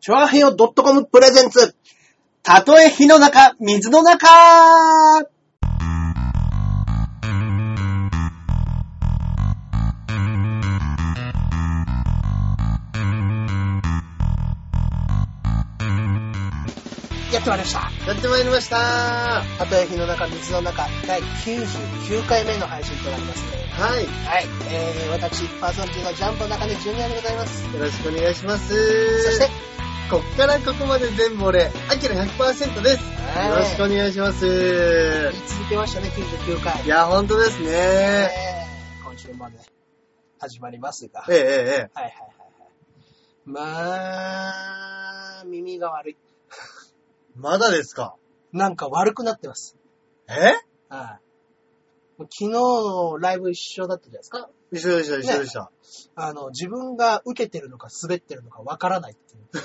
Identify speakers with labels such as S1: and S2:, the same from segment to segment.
S1: チョアヘヨ .com プレゼンツ。たとえ火の中、水の中やってまいりました。
S2: やってまいりました
S1: たとえ火の中、水の中、第99回目の配信となりますね。
S2: はい。
S1: はい。えー、私、パーソナリティのジャンボ中根ジュニアでございます。
S2: よろしくお願いします。
S1: そ
S2: そ
S1: して、、
S2: こっからここまで全部俺、アキラ100%です。
S1: はい
S2: よろしくお願いします。
S1: 言い続けましたね、99回。
S2: いや、ほんとです
S1: え
S2: ね。
S1: ー今週まで始まりますが。
S2: えええええ
S1: はいはいはいはい。まあ、耳が悪い。
S2: え。まだですか
S1: なんか悪くなってます。
S2: え
S1: はい。昨日のライブ一緒だったじゃないですか。
S2: 一緒でした、一緒でした。
S1: あの、自分が受けてるのか滑ってるのかわからないって いう。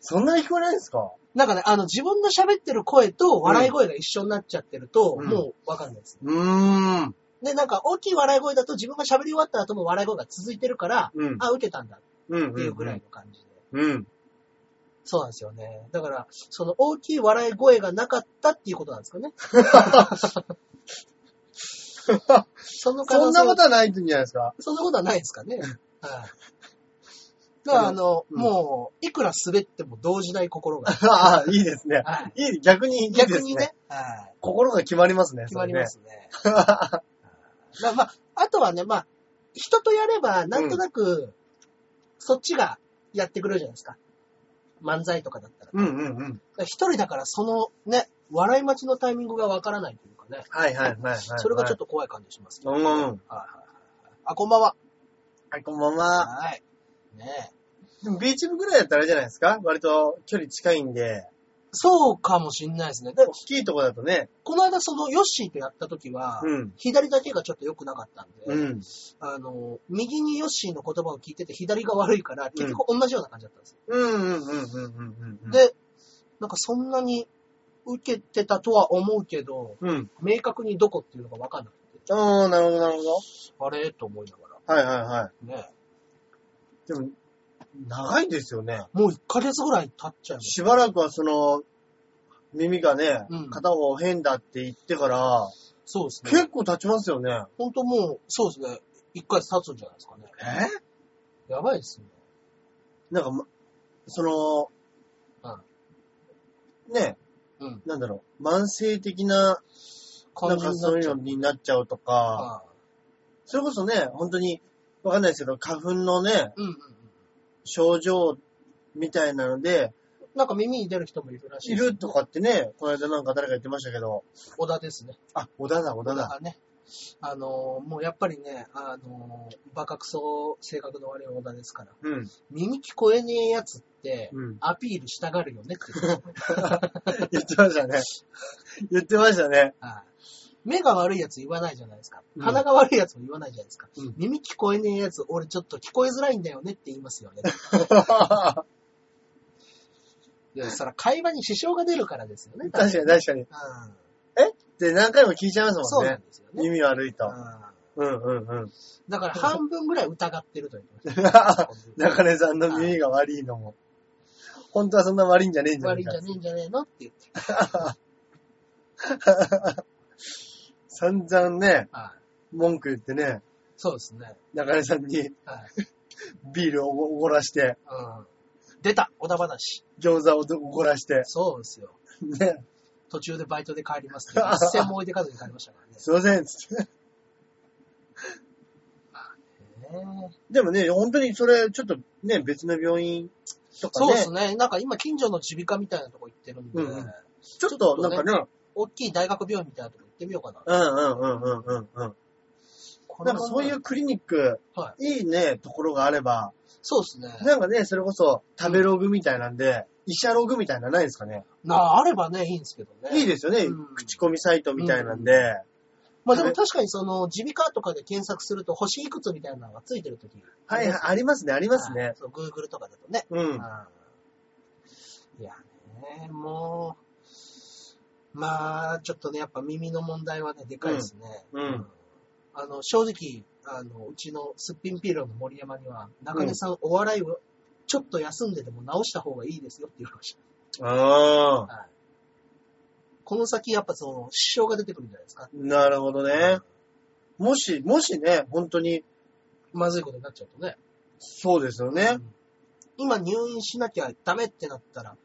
S2: そんなに聞こえないんですか
S1: なんかね、あの、自分の喋ってる声と笑い声が一緒になっちゃってると、
S2: うん
S1: もうわかんないです。
S2: うーん。
S1: で、なんか、大きい笑い声だと自分が喋り終わった後も笑い声が続いてるから、
S2: うん
S1: あ、受けたんだ
S2: うんう
S1: っ
S2: ん。
S1: ていうぐらいの感じで。
S2: うん。
S1: そうなんですよね。だから、その大きい笑い声がなかったっていうことなんです かね。その可能
S2: そん
S1: 性は
S2: なことはないんじゃないです か
S1: そんなことはないですかね。はい。だから、あの、
S2: うん
S1: もう、いくら滑っても動じない心が。
S2: ああ、いいですね。
S1: はい
S2: いい、逆にいいですね。
S1: 逆にね、はい
S2: 心が決まりますね。
S1: 決まりますね。
S2: それね。
S1: まあ、まあ、あとはね、まあ、人とやれば、なんとなく、そっちがやってくれるじゃないですか。漫才とかだったら。
S2: うんうんうん。
S1: だから一人だから、そのね、笑い待ちのタイミングがわからないというかね。
S2: はいはいはいはい。
S1: それがちょっ
S2: と。
S1: と怖い感じしますけど。
S2: うんうん。
S1: はいはいはいあ、こんばんは。
S2: はい、こんばんは。
S1: はい。ねえ
S2: でもビーチ部ぐらいだったらあれじゃないですか割と距離近いんで、
S1: そうかもしんないですね。で
S2: 大、きいとこだとね。
S1: この間そのヨッシーとやった時は、
S2: うん。
S1: 左だけがちょっと良くなかったんで、
S2: うん。
S1: あの、右にヨッシーの言葉を聞いてて左が悪いから、結局同じような感じだったんですよ。
S2: うんうんうんうんうんうん。
S1: で、なんかそんなに受けてたとは思うけど、
S2: うん。
S1: 明確にどこっていうのが分かんなくて、
S2: ああ、なるほどなるほ
S1: あれと思いなが
S2: ど。はいはいは
S1: ら、ねえ。
S2: い。でも、長いですよね。
S1: もう1ヶ月ぐらい経っちゃいまし
S2: しばらくはその、耳がね、
S1: うん
S2: 片方変だって言ってから、
S1: た。そうですね。
S2: 結構経ちますよね。
S1: ほんともう、そうですね。1ヶ月経つんじゃないですかね。
S2: え
S1: やばいですね。
S2: なんかま、その、ね、
S1: うん。
S2: なんだろう、慢性的な、な
S1: 感
S2: ん
S1: じに
S2: か
S1: なっちゃ
S2: そういうのになっちゃうとか、
S1: ああ
S2: それこそね、本当に、わかんないですけど、花粉のね、
S1: うんうんうん。
S2: 症状みたいなので、
S1: なんか耳に出る人もいるらしい
S2: い
S1: ですね、
S2: るとかってね、この間なんか誰か言ってましたけど、
S1: 小田ですね。
S2: あ、小田だ、小田
S1: 小田
S2: だ。
S1: がね。あのーもうやっぱりね、あのーバカクソ性格の悪い小田ですから、
S2: うん。
S1: 耳聞こえねえやつって、
S2: うん。
S1: アピールしたがるよねって いう
S2: 言ってましたね。言ってましたね。
S1: はい目が悪いやつ言わないじゃないですか
S2: う。ん
S1: 鼻が悪いやつも言わないじゃないですか。
S2: うん
S1: 耳聞こえねえやつ、俺ちょっと聞こえづらいんだよねって言います よね。いや、そら会話に支障が出るからですよね。
S2: 確かに確かに。
S1: うん
S2: で、何回も聞いちゃいます
S1: そ
S2: も
S1: うんな
S2: ね
S1: ん。ですよね。
S2: 耳悪いと。
S1: う
S2: う
S1: ん
S2: んうん うん。
S1: だから半分ぐらい疑ってると言って ました。
S2: 中根さんの耳が悪いのも。本当はそんな悪いんじゃねえんじゃねえ
S1: 悪いんじ
S2: か
S1: ゃね。えんじゃねえのって言って。
S2: 散々ね、
S1: はい。
S2: 文句言ってね、
S1: そうですね。
S2: 中根さんに
S1: はい。
S2: ビールをおごらして、
S1: うん。出た小田話。
S2: 餃子をおごらして、
S1: そうですよ。
S2: ね、
S1: 途中でバイトで帰りますけど、一銭も置いてかずに帰りましたからね。
S2: すいません、つって。
S1: ね
S2: でもね、本当にそれ、ちょっとね、別の病院とか
S1: そう
S2: ね、
S1: ですね。なんか今近所の耳鼻科みたいなとこ行ってるんで、
S2: うんうんちょっとなんかね、
S1: 大きい大学病院みたいなとこ行ってみようかな。
S2: うんうんうんうんうんうん。
S1: これ
S2: なん
S1: は
S2: か
S1: ね
S2: そういう。クリニック、
S1: はい
S2: いね、ところがあれば、
S1: そうですね。
S2: なんかね、それこそ食べログみたいなんで、医者ログみたいなのないですかね。
S1: なあ、あればね、いいんですけどね。
S2: いいですよね、
S1: うん
S2: 口コミサイトみたいなんで。
S1: まあでも確かにその、耳鼻科とかで検索すると星いくつみたいなのがついてるとき。
S2: はいはい、ありますね、あります
S1: は
S2: ね
S1: い。。そう、Google とかだとね。
S2: うん。
S1: いやね、もう、まあ、ちょっとね、やっぱ耳の問題はね、でかいですね。
S2: うんうん
S1: あの、正直、あの、うちのすっぴんピーローの森山には、中根さん、お笑いをちょっと休んででも直した方がいいですよって言われました。
S2: ああ。
S1: はい。この先やっぱその、支障が出てくるんじゃないですか。
S2: なるほどね。もし、もしね、本当に、
S1: まずいことになっちゃうとね。
S2: そうですよね。
S1: 今入院しなきゃダメってなったら、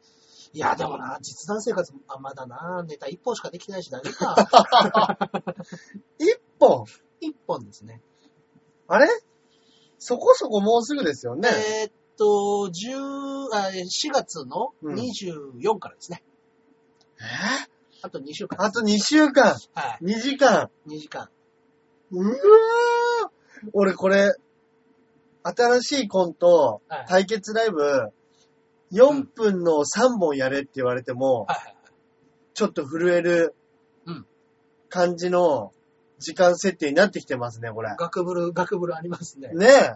S1: いや、でもな、実弾生活、あ、まだな、ネタ一本しかできないし、大丈夫 か。
S2: 一本。
S1: 一本ですね。
S2: あれそこそこもうすぐですよね。
S1: えーっと、10あえー4月の
S2: うん
S1: 24からですね。
S2: え
S1: あと2週間。
S2: あと2週間。
S1: は
S2: 2時間。
S1: い。2時間。
S2: うわー俺これ、新しいコント、
S1: はい
S2: 対決ライブ、4分の3本やれって言われても、
S1: はいはいはい。
S2: ちょっと震える
S1: うん
S2: 感じの時間設定になってきてますね、これ。
S1: 学ぶる、学ぶるありますね。
S2: ねえ。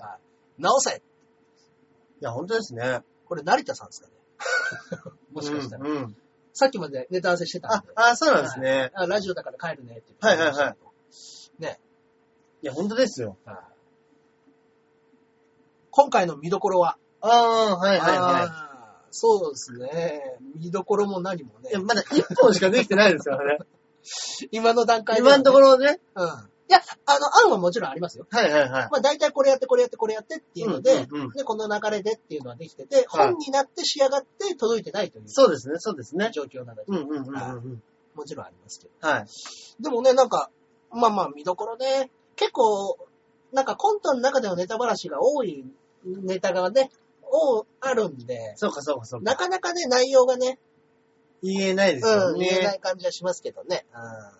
S1: 直せ
S2: いや、本当ですね。
S1: これ成田さ んですかね。もしかしたら。
S2: うんうん。
S1: さっきまでネタ合わせしてたん
S2: あ
S1: で。、
S2: あ、そうなんですね。
S1: あ、ラジオだから帰るねって。
S2: はいはいはいいや、本当ですよ。
S1: はい。今回の見どころは
S2: ああ、はいはいは
S1: あーそうですね。見どころも何も
S2: い。
S1: ね
S2: いや、。まだ1本しかできてないですからね。
S1: 今の段階で、
S2: 今のところ
S1: ろ。
S2: ね。
S1: うん。いや、あの、案はもちろんありますよ。
S2: はいはいはい。
S1: まあ大体これやってこれやってこれやってっていうので、
S2: うんうんうん
S1: で、この流れでっていうのはできてて、
S2: はい
S1: 本になって仕上がって届いてないという
S2: そうですね、そうですね。
S1: 状況なので、
S2: うんうんうんうんうん。
S1: もちろんありますけど。
S2: はい。
S1: でもね、なんか、まあまあ見どころね、結構、なんかコントの中でのネタ話が多いネタがね、多あるんで、
S2: そうかそうかそうか。
S1: なかなかね、内容がね、
S2: 言えないですよ
S1: うん、見えな
S2: ね。
S1: い感じはしますけどね。うん。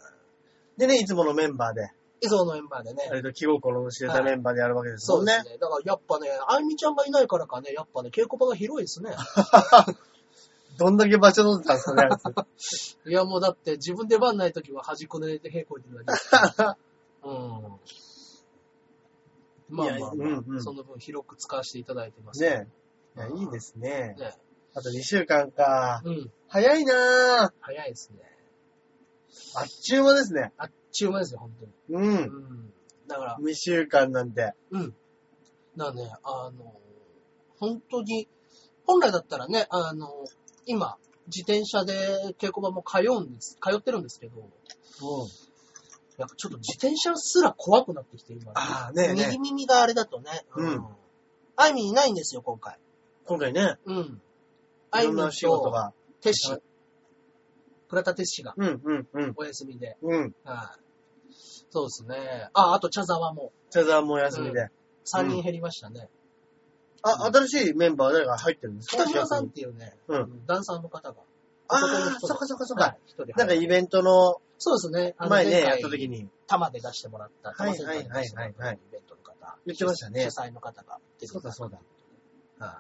S2: でね、いつものメンバーで、
S1: 以上のメンバーでね。
S2: 割と気心の知れたメンバーでやるわけです
S1: そ
S2: も
S1: うんで
S2: ね
S1: す。ね。だからやっぱね、あゆみちゃんがいないからかね、やっぱね、稽古場が広いですね。
S2: どんだけ場所取ってたんですかねあいつ。
S1: いやもうだって自分で番ないときは端っこで寝て稽古にな ります。うん。まあまあまあ、
S2: いやうんうん
S1: その分広く使わせていただいてます。
S2: ねえ。いや、いいですね。
S1: ね
S2: あと2週間か。
S1: うん。
S2: 早いなぁ。
S1: 早いですね。
S2: あっちゅう間ですね。
S1: あっちゅう間ですよ、本当に。
S2: う。
S1: うんん。だから、
S2: 2週間なんて。
S1: うん。だからね、あの、本当に、本来だったらね、あの、今、自転車で稽古場も通うんです、通ってるんですけど、
S2: う
S1: やっぱちょっと自転車すら怖くなってきて、今、
S2: ああねえねえ
S1: 右耳があれだとね。
S2: うん。
S1: あいみいないんですよ、今回。
S2: 今回ね、
S1: うん。あ
S2: い
S1: い
S2: ろん
S1: み
S2: なお仕事
S1: と、
S2: が。
S1: テッシ、倉田テッシが
S2: うんうんうん。
S1: お休みで。
S2: うん。
S1: はい。そうですね。あ、あと茶沢も
S2: 茶沢もお休みで。
S1: 3人減りましたね。
S2: あ、新しいメンバー誰が入ってるんですか
S1: 北村さんっていうね、
S2: うん
S1: ん、ダンサーの方が。
S2: あ
S1: 男の
S2: あ、
S1: 人
S2: そっかそっかそっ
S1: は
S2: か
S1: い。、一人入る
S2: なんかイベントの
S1: そうですね。あの
S2: 前ね、
S1: 前
S2: やっ
S1: 回
S2: た時に。
S1: 玉で出してもらった、
S2: はい
S1: 玉センターで出しても
S2: はいはいは
S1: らっ
S2: いは
S1: た
S2: い
S1: イベントの方。
S2: 言ってましたね
S1: 主催の方が出てくださった
S2: そうだ
S1: そうだ。はい。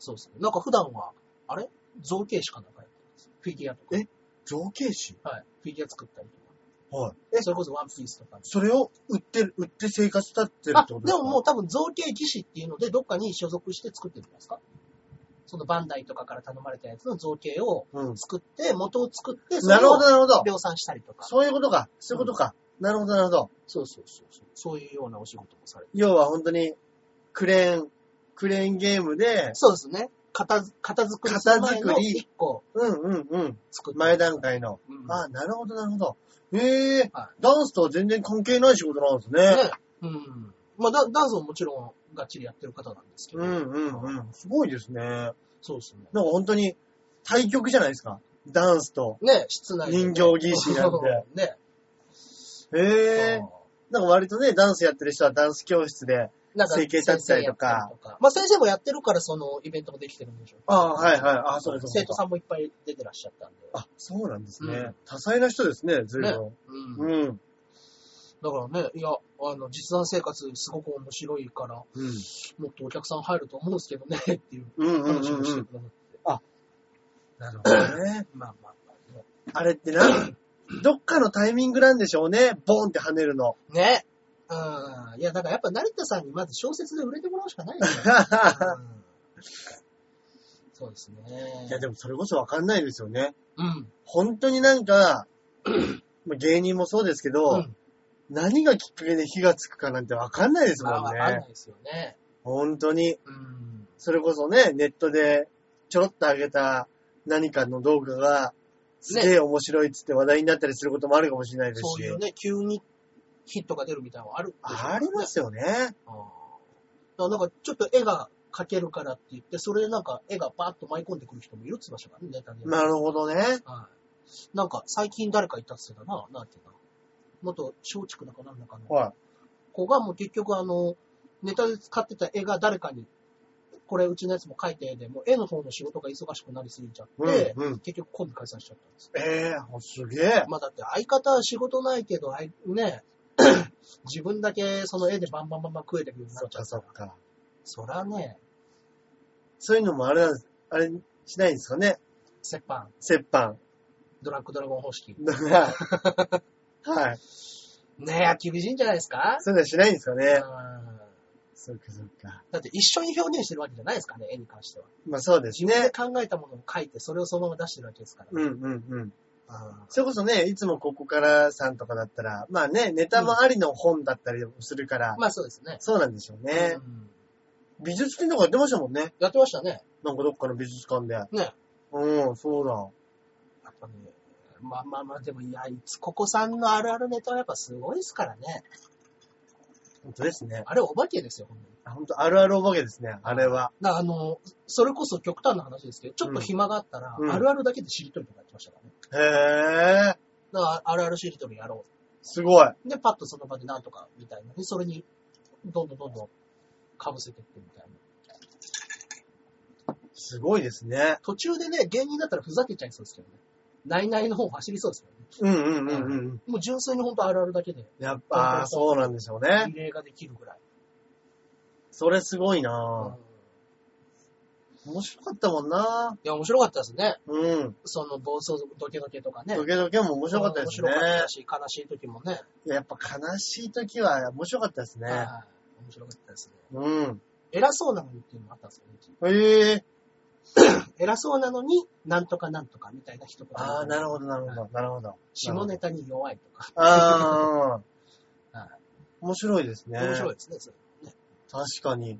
S1: そうですね。なんか普段は、あれ造形師かなんかやってます。フィギュアとか。
S2: え造形師
S1: はい。フィギュア作ったりとか。
S2: はい。
S1: えそれこそワンピースとか。
S2: それを売ってる、売って生活立ってる
S1: あ、
S2: って
S1: で
S2: こと
S1: も
S2: ですか
S1: もう多分造形技師っていうので、どっかに所属して作ってるんですかそのバンダイとかから頼まれたやつの造形を
S2: うん。
S1: 作って、元を作って、そ
S2: な
S1: れ
S2: るほ
S1: を
S2: ど、なるほど。
S1: 量産したりとか。
S2: そういうことか。そういうことか。なるほど、なるほど。
S1: そうそうそうそう。そういうようなお仕事もされて。
S2: 要は本当に、クレーン、クレーンゲームで、
S1: そうですね。片づ、片づくりする前の
S2: 片づくり
S1: 1個
S2: うんうんうん。
S1: 作って。
S2: 前段。階の。
S1: うん、
S2: あなるほど、なるほど。へえ、
S1: は
S2: ダンスとは全然関係ない仕事なんですね。
S1: ね。うん。まあ、ダダンスももちろんがっちりやってる方なんですけど。
S2: うんうんうん。すごいですね。なんか
S1: そうですね。
S2: 本当に、対局じゃないですか。ダンスと。
S1: ね、室内でね
S2: 人形技師なんて。
S1: ね。
S2: へえ。なんか割とね、ダンスやってる人はダンス教室で。
S1: なんか
S2: 整形立てたりとか
S1: 先生やったりとまあ先生もやってるからそのイベントもできてるんでしょうけど
S2: ああ、はいはい。ああ、そうです。
S1: 生徒
S2: ん。
S1: さんもいっぱい出てらっしゃったんで。
S2: あ、そうなんですね。
S1: うん
S2: 多彩な人ですね、ずいぶん。
S1: うん。
S2: うん。うん。
S1: だからね、いや、あの、実弾生活すごく面白いから、もっとお客さん入ると思うんですけどね、 っていう
S2: うんうん
S1: 話
S2: うん
S1: をし
S2: う
S1: て
S2: ん。
S1: くださって。
S2: なるほどね。
S1: まあまあまあね。
S2: あれって な、どっかのタイミングなんでしょうね。ボーンって跳ねる の。
S1: ね。うん。いや、だからやっぱ成田さんにまず小説で売れてもらうしかな いですよ、うんそうですね
S2: い。や、でもそれこそわかんないですよね。
S1: うん。
S2: 本当になん か、まあ芸人もそうですけど、
S1: うん。
S2: 何がきっかけで火がつくかなんてわかんないです
S1: ま
S2: も
S1: あ、
S2: ん
S1: わかん
S2: ね
S1: な。いですよね。
S2: 本当に。
S1: うん。
S2: それこそね、ネットでちょろっと上げた何かの動画が、すげえ面白いっつって話題になったりすることもあるかもしれないですし。
S1: そういうね、急にヒットが出るみたいなのはあるでしょうからね
S2: ありますよね。
S1: あーだからなんかちょっと絵が描けるからって言って、それでなんか絵がバーッと舞い込んでくる人もいるっつましたからね、ネタに。
S2: なるほどね。
S1: はい。なんか最近誰か言ったっつってたな、なんていうの。元松竹だかなんだかの
S2: は
S1: 子がもう結局あの、ネタで使ってた絵が誰かに、これうちのやつも描いて、でもう絵の方の仕事が忙しくなりすぎちゃ
S2: い。
S1: って、
S2: うん、うん。
S1: 結局コンビ解散しちゃったんです。
S2: ええー、すげえ。
S1: まあだって相方は仕事ないけど、あいね、 自分だけその絵でバンバンバンバン食えてくるようにな
S2: そ
S1: っ
S2: っ
S1: ち
S2: か
S1: ゃった
S2: そ
S1: ら
S2: っ、か。
S1: そらね、
S2: そういうのもあれなんです、あれしないんですかね。
S1: 折半、
S2: 折半。
S1: ドラッグドラゴン方式。
S2: だから、 はい。
S1: ねえ、厳しいんじゃないですか
S2: そういうのはしないんですか
S1: う
S2: ね
S1: ん。
S2: そっかそっか。
S1: だって一緒に表現してるわけじゃないですからね、絵に関しては。
S2: まあそうです
S1: 自分で
S2: ね。
S1: 考えたものを書いて、それをそのまま出してるわけですから。
S2: うんうんうん。
S1: あ
S2: それこそね、いつもここからさんとかだったら、まあね、ネタもありの本だったりもするから、
S1: ーまあそうですね。
S2: そうなんでしょうね
S1: う。ん
S2: 美術展とかやってましたもんね。
S1: やってましたね。
S2: なんかどっかの美術館で。
S1: ね。
S2: うん、そうだ。
S1: やっぱね、まあまあまあ、でも、いや、いつここさんのあるあるネタはやっぱすごいですからね。
S2: 本当ですね。
S1: あれお化けですよ、ほんとに。
S2: 本当あるあるお化けですね、あれは。
S1: だからあの、それこそ極端な話ですけど、ちょっと暇があったら、
S2: うん
S1: あるあるだけでしりとりとかやってましたからね。
S2: へえ、
S1: だから、あるあるしりとりやろ
S2: すごい。
S1: う。で、パッとその場でなんとか、みたいなね。それに、どんどんどんどん、被せてってみたいな。
S2: すごいですね。
S1: 途中でね、芸人だったらふざけちゃいそうですけどね。ないないの方走りそうですけど
S2: う
S1: ね。
S2: んうんうんうん。
S1: もう純粋にほんとあるあるだけで、
S2: やっぱ、そうなんでしょうね。
S1: リレーができるぐらい。
S2: それすごい
S1: うん
S2: なぁ。面白かったもんない
S1: や、面白かったですね。
S2: ぁ。うん。
S1: その暴走族ドケドケとかね。
S2: ドケドケも面白かったですね
S1: 面。白かったし、悲しい時もね。
S2: いややっぱ悲しい時は面白かったですね。
S1: はい面白かったですね。
S2: うん。
S1: 偉そうなのにっていうのもあったんですよね。うち
S2: へえ。
S1: 偉そうなのに、なんとかなんとかみたいな一言。
S2: ああ、なるほど、なるほど、なるほど。
S1: 下ネタに弱いとか。
S2: あ
S1: は
S2: あ
S1: い。
S2: 面白いですね。
S1: 面白いですね、それ。
S2: 確かに。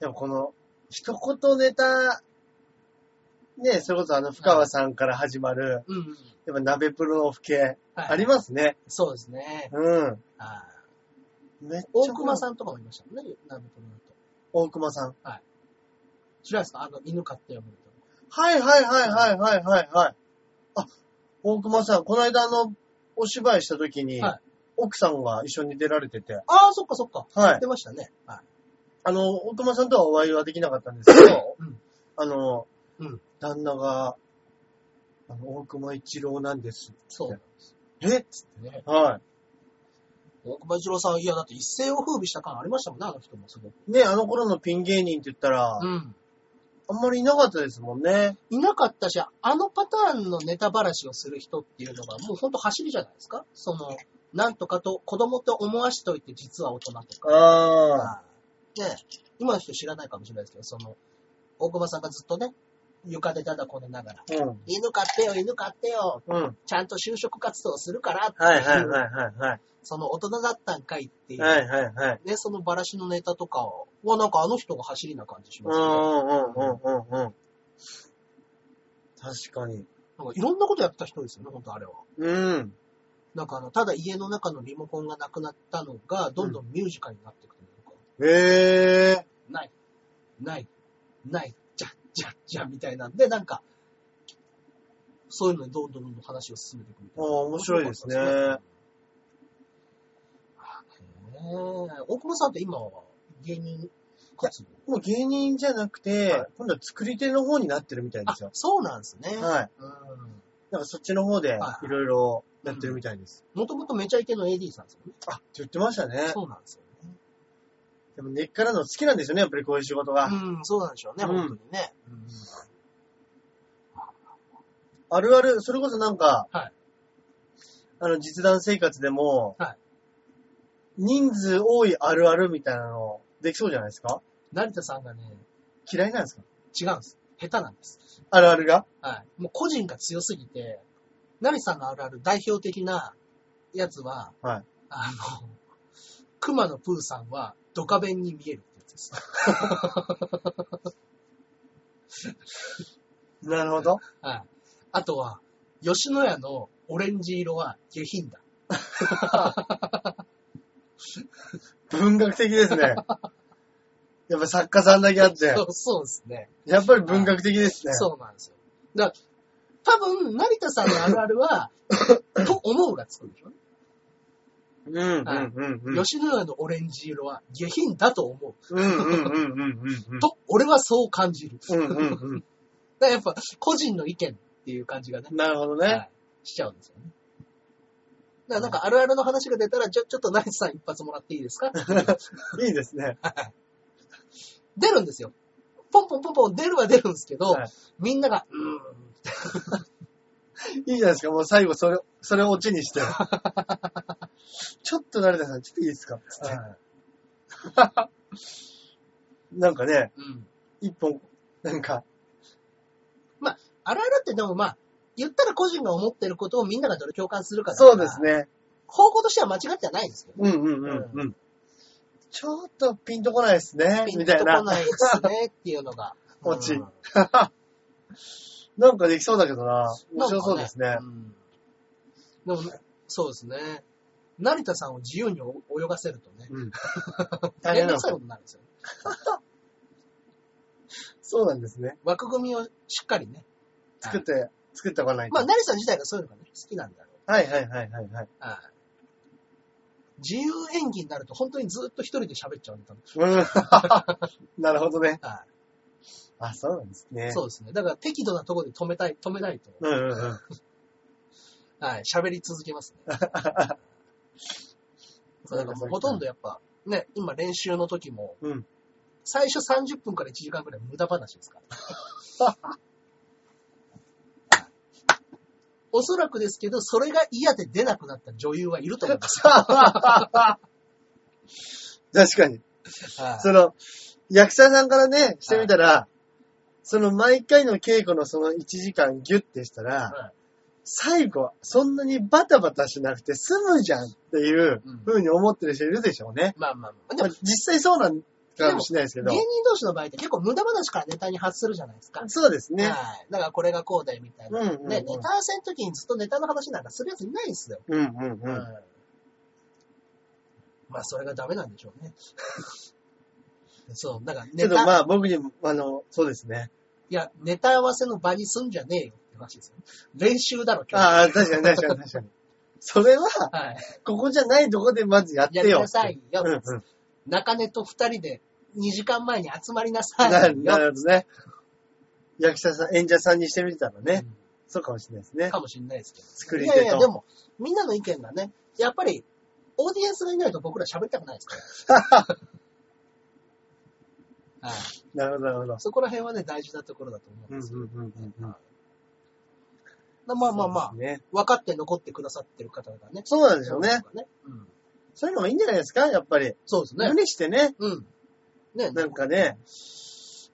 S2: でもこの、一言ネタ、ね、それこそあの、深川さんから始まる、
S1: うんうん。
S2: やっぱ鍋プロの父系、
S1: はい
S2: ありますね。
S1: そうですね。
S2: うん。
S1: はい
S2: めっちゃ。
S1: 大熊
S2: ん。
S1: さんとかもいましたもんね、なんとなと。
S2: 大熊さん。
S1: 知らないですかあの、犬飼って読むのとか。
S2: はいはいはいはいはいはいはい。あ、大熊さん、この間あの、お芝居した時に、
S1: はい
S2: 奥さんが一緒に出られてて、
S1: ああ、そっかそっか。
S2: はい。
S1: 出ましたね。はい。
S2: あの、大熊さんとはお会いはできなかったんです けど、
S1: うん
S2: あの、
S1: うん
S2: 旦那が、あの、大熊一郎なんです。
S1: そうなんです
S2: え
S1: よね。
S2: は
S1: 大熊一郎さん、いや、だって一世を風靡した感ありましたもんね、あの人もすごく。
S2: い。ね、あの頃のピン芸人って言ったら、
S1: うん。
S2: あんまりいなかったですもんね。
S1: いなかったし、あのパターンのネタばらしをする人っていうのが、もうほんと走りじゃないですかその、なんとかと、子供と思わしといて実は大人とか。
S2: ああ。
S1: ね今の人知らないかもしれないですけど、その、大熊さんがずっとね、床でただこねながら、
S2: うん。
S1: 犬飼ってよ、犬飼ってよ、
S2: うん。
S1: ちゃんと就職活動するからっていう、
S2: はいはいはいはいはい。
S1: その大人だったんかいっていう、
S2: はいはいはい。
S1: ね、そのバラシのネタとかは、なんかあの人が走りな感じし
S2: う
S1: ま
S2: ん
S1: す
S2: う
S1: けど、
S2: んうんうんうん。確かに。
S1: なんかいろんなことやってた人ですよね、本当あれは。
S2: うん。
S1: なんかあの、ただ家の中のリモコンがなくなったのが、どんどんミュージカルになっていくというか、
S2: ええ
S1: ない、ない、ない、じゃ、じゃ、じゃ、みたいなんで、なんか、そういうのにどんどんどんどん話を進めていくみたい
S2: あ
S1: な。
S2: あ面白いですね
S1: 面白かったですね。あねえ大久保さんって今は芸人活動
S2: もう芸人じゃなくて、今度は作り手の方になってるみたいで
S1: あ
S2: すよ、。
S1: そうなんですね。
S2: はい。
S1: うん
S2: なんかそっちの方で
S1: はい
S2: いろいろやってるみたいです。
S1: もともとめちゃイケの AD さんですよね。
S2: あ、って言ってましたね。
S1: そうなんですよね。
S2: でも根っからの好きなんですよね、やっぱりこういう仕事が。
S1: うん、そうなんでしょうね、
S2: うん
S1: 本当にね。うん
S2: あるある、それこそなんか、
S1: はい
S2: あの、実弾生活でも、
S1: はい
S2: 人数多いあるあるみたいなの、できそうじゃないですか
S1: 成田さんがね、
S2: 嫌いなんですか
S1: 違うんです。下手なんです。
S2: あるあるが
S1: はい。もう個人が強すぎて、成田さんのあるある代表的なやつは、
S2: はい
S1: あの、熊野プーさんはドカ弁に見えるっていう。つです。
S2: なるほど。
S1: はい。あとは、吉野家のオレンジ色は下品だ。
S2: 文学的です ね。やっぱ作家さんだけあって
S1: そ、うそうですね。
S2: やっぱり文学的ですね。
S1: そうなんですよ。だ多分、成田さんのあるあ るは、と思うがつくんでしょ、ね
S2: う。うん、うん、うん、うん。
S1: 吉野家のオレンジ色は下品だと思
S2: うん、うん、うん、うん、うん。
S1: う。と、俺はそう感じる。
S2: うん、うん、
S1: だからやっぱ、個人の意見っていう感じがね
S2: う、ん。なるほど
S1: は
S2: ね。
S1: いしちゃうんですよね。だからなんかあるあるの話が出たら、ちょ、ちょっと成田さん一発もらっていいですか
S2: いいですね。
S1: 出るんですよ。ポンポンポンポン出るは出るんですけど、
S2: はい
S1: みんなが、う
S2: いいじゃないですか。もう最後、それ、それをオチに して。ちょっと成田さん、ちょっといいですかつって。なんかね、
S1: ーん、うん。
S2: 一本、なんか、
S1: あるあるってでもまあ、言ったら個人が思ってることをみんながどれ共感するかだから
S2: そうです。ね。
S1: 方向としては間違ってはないですけど、
S2: うんうんうんうん。ちょっとピンとこないですね、
S1: ピン
S2: み
S1: と
S2: たい
S1: こ
S2: な。
S1: ないですねっていうの が。
S2: オチ
S1: うん
S2: なんかできそうだけどな。面白そうですね
S1: な。んかねうんでも、そうですね。成田さんを自由にお泳がせるとね、
S2: うん。大
S1: め
S2: 変な
S1: んどく
S2: の
S1: さい
S2: か
S1: ことになるんですよ。
S2: そうなんですね。
S1: 枠組みをしっかりね。
S2: 作って、作っておかないと。
S1: まあ、
S2: はい
S1: 成田さん自体がそういうのがね、好きなんだろう。
S2: はいはいはい はい。
S1: はい自由演技になると本当にずっと一人で喋っちゃうんだ、
S2: うん。なるほどね。
S1: は
S2: あ、そうなんです
S1: い
S2: ね。。
S1: そううですね。だから適度なところで止めたい、止めないと、
S2: うんうんうん。
S1: はい、喋り続けますね。 そうだからもうほとんどやっぱ、ね、今練習の時も、
S2: うん
S1: 最初30分から1時間くらい無駄話ですから。 おそらくですけど、それが嫌で出なくなった女優はいると思 います。
S2: 確かに。
S1: はい
S2: その、役者さんからね、してみたら、その毎回の稽古のその1時間ギュッてした
S1: は
S2: ら、最後、そんなにバタバタしなくて済むじゃんっていう
S1: うん
S2: 風に思ってる人いるでしょうね。
S1: まあまあまあ。で
S2: ま
S1: も
S2: あ、実際そうなんかもしれないですけど
S1: 芸。人同士の場合って結構無駄話からネタに発するじゃないですか。
S2: そうですね。
S1: はい。だからこれがこうで、みたいな。
S2: うんうんうん
S1: ね、ネタ合わせの時にずっとネタの話なんかするやついないですよ。
S2: うんうん
S1: う
S2: うん。
S1: まあ、それがダメなんでしょうね。 そう、だから
S2: ちょ
S1: ネ
S2: っと
S1: タ、
S2: まあ僕にも、あの、そうですね。
S1: いや、ネタ合わせの場にすんじゃねえよって話ですよ。練習だろ、今 日。
S2: ああ、確かに確かに確かに。 それは、
S1: はい。
S2: ここじゃないとこでまずやって
S1: や
S2: よ
S1: っ
S2: ってて。
S1: なさいよ。
S2: うんうん。
S1: 中根と二人で2時間前に集まりなさい
S2: な
S1: よ。
S2: なるほどね。役者さん、演者さんにしてみたらね、
S1: うん
S2: そうかもしれないですね。
S1: かもしれないですけど。
S2: 作り
S1: い
S2: 手
S1: や
S2: と。
S1: いや、でも、みんなの意見がね、やっぱり、オーディエンスがいないと僕ら喋りたくないです から。はい。
S2: なるほど、なるほど。
S1: そこら辺はね、大事なところだと思う
S2: うんん
S1: ですよ。
S2: うんうんうんうん。
S1: だまあまあまあ、
S2: そうですね。
S1: 分かって残ってくださってる方がね。
S2: そうなんですよね。
S1: うん。
S2: そういうのがいいんじゃないですか、やっぱり。
S1: そうですね
S2: 無。理してね、
S1: うん。ね、
S2: なんかね、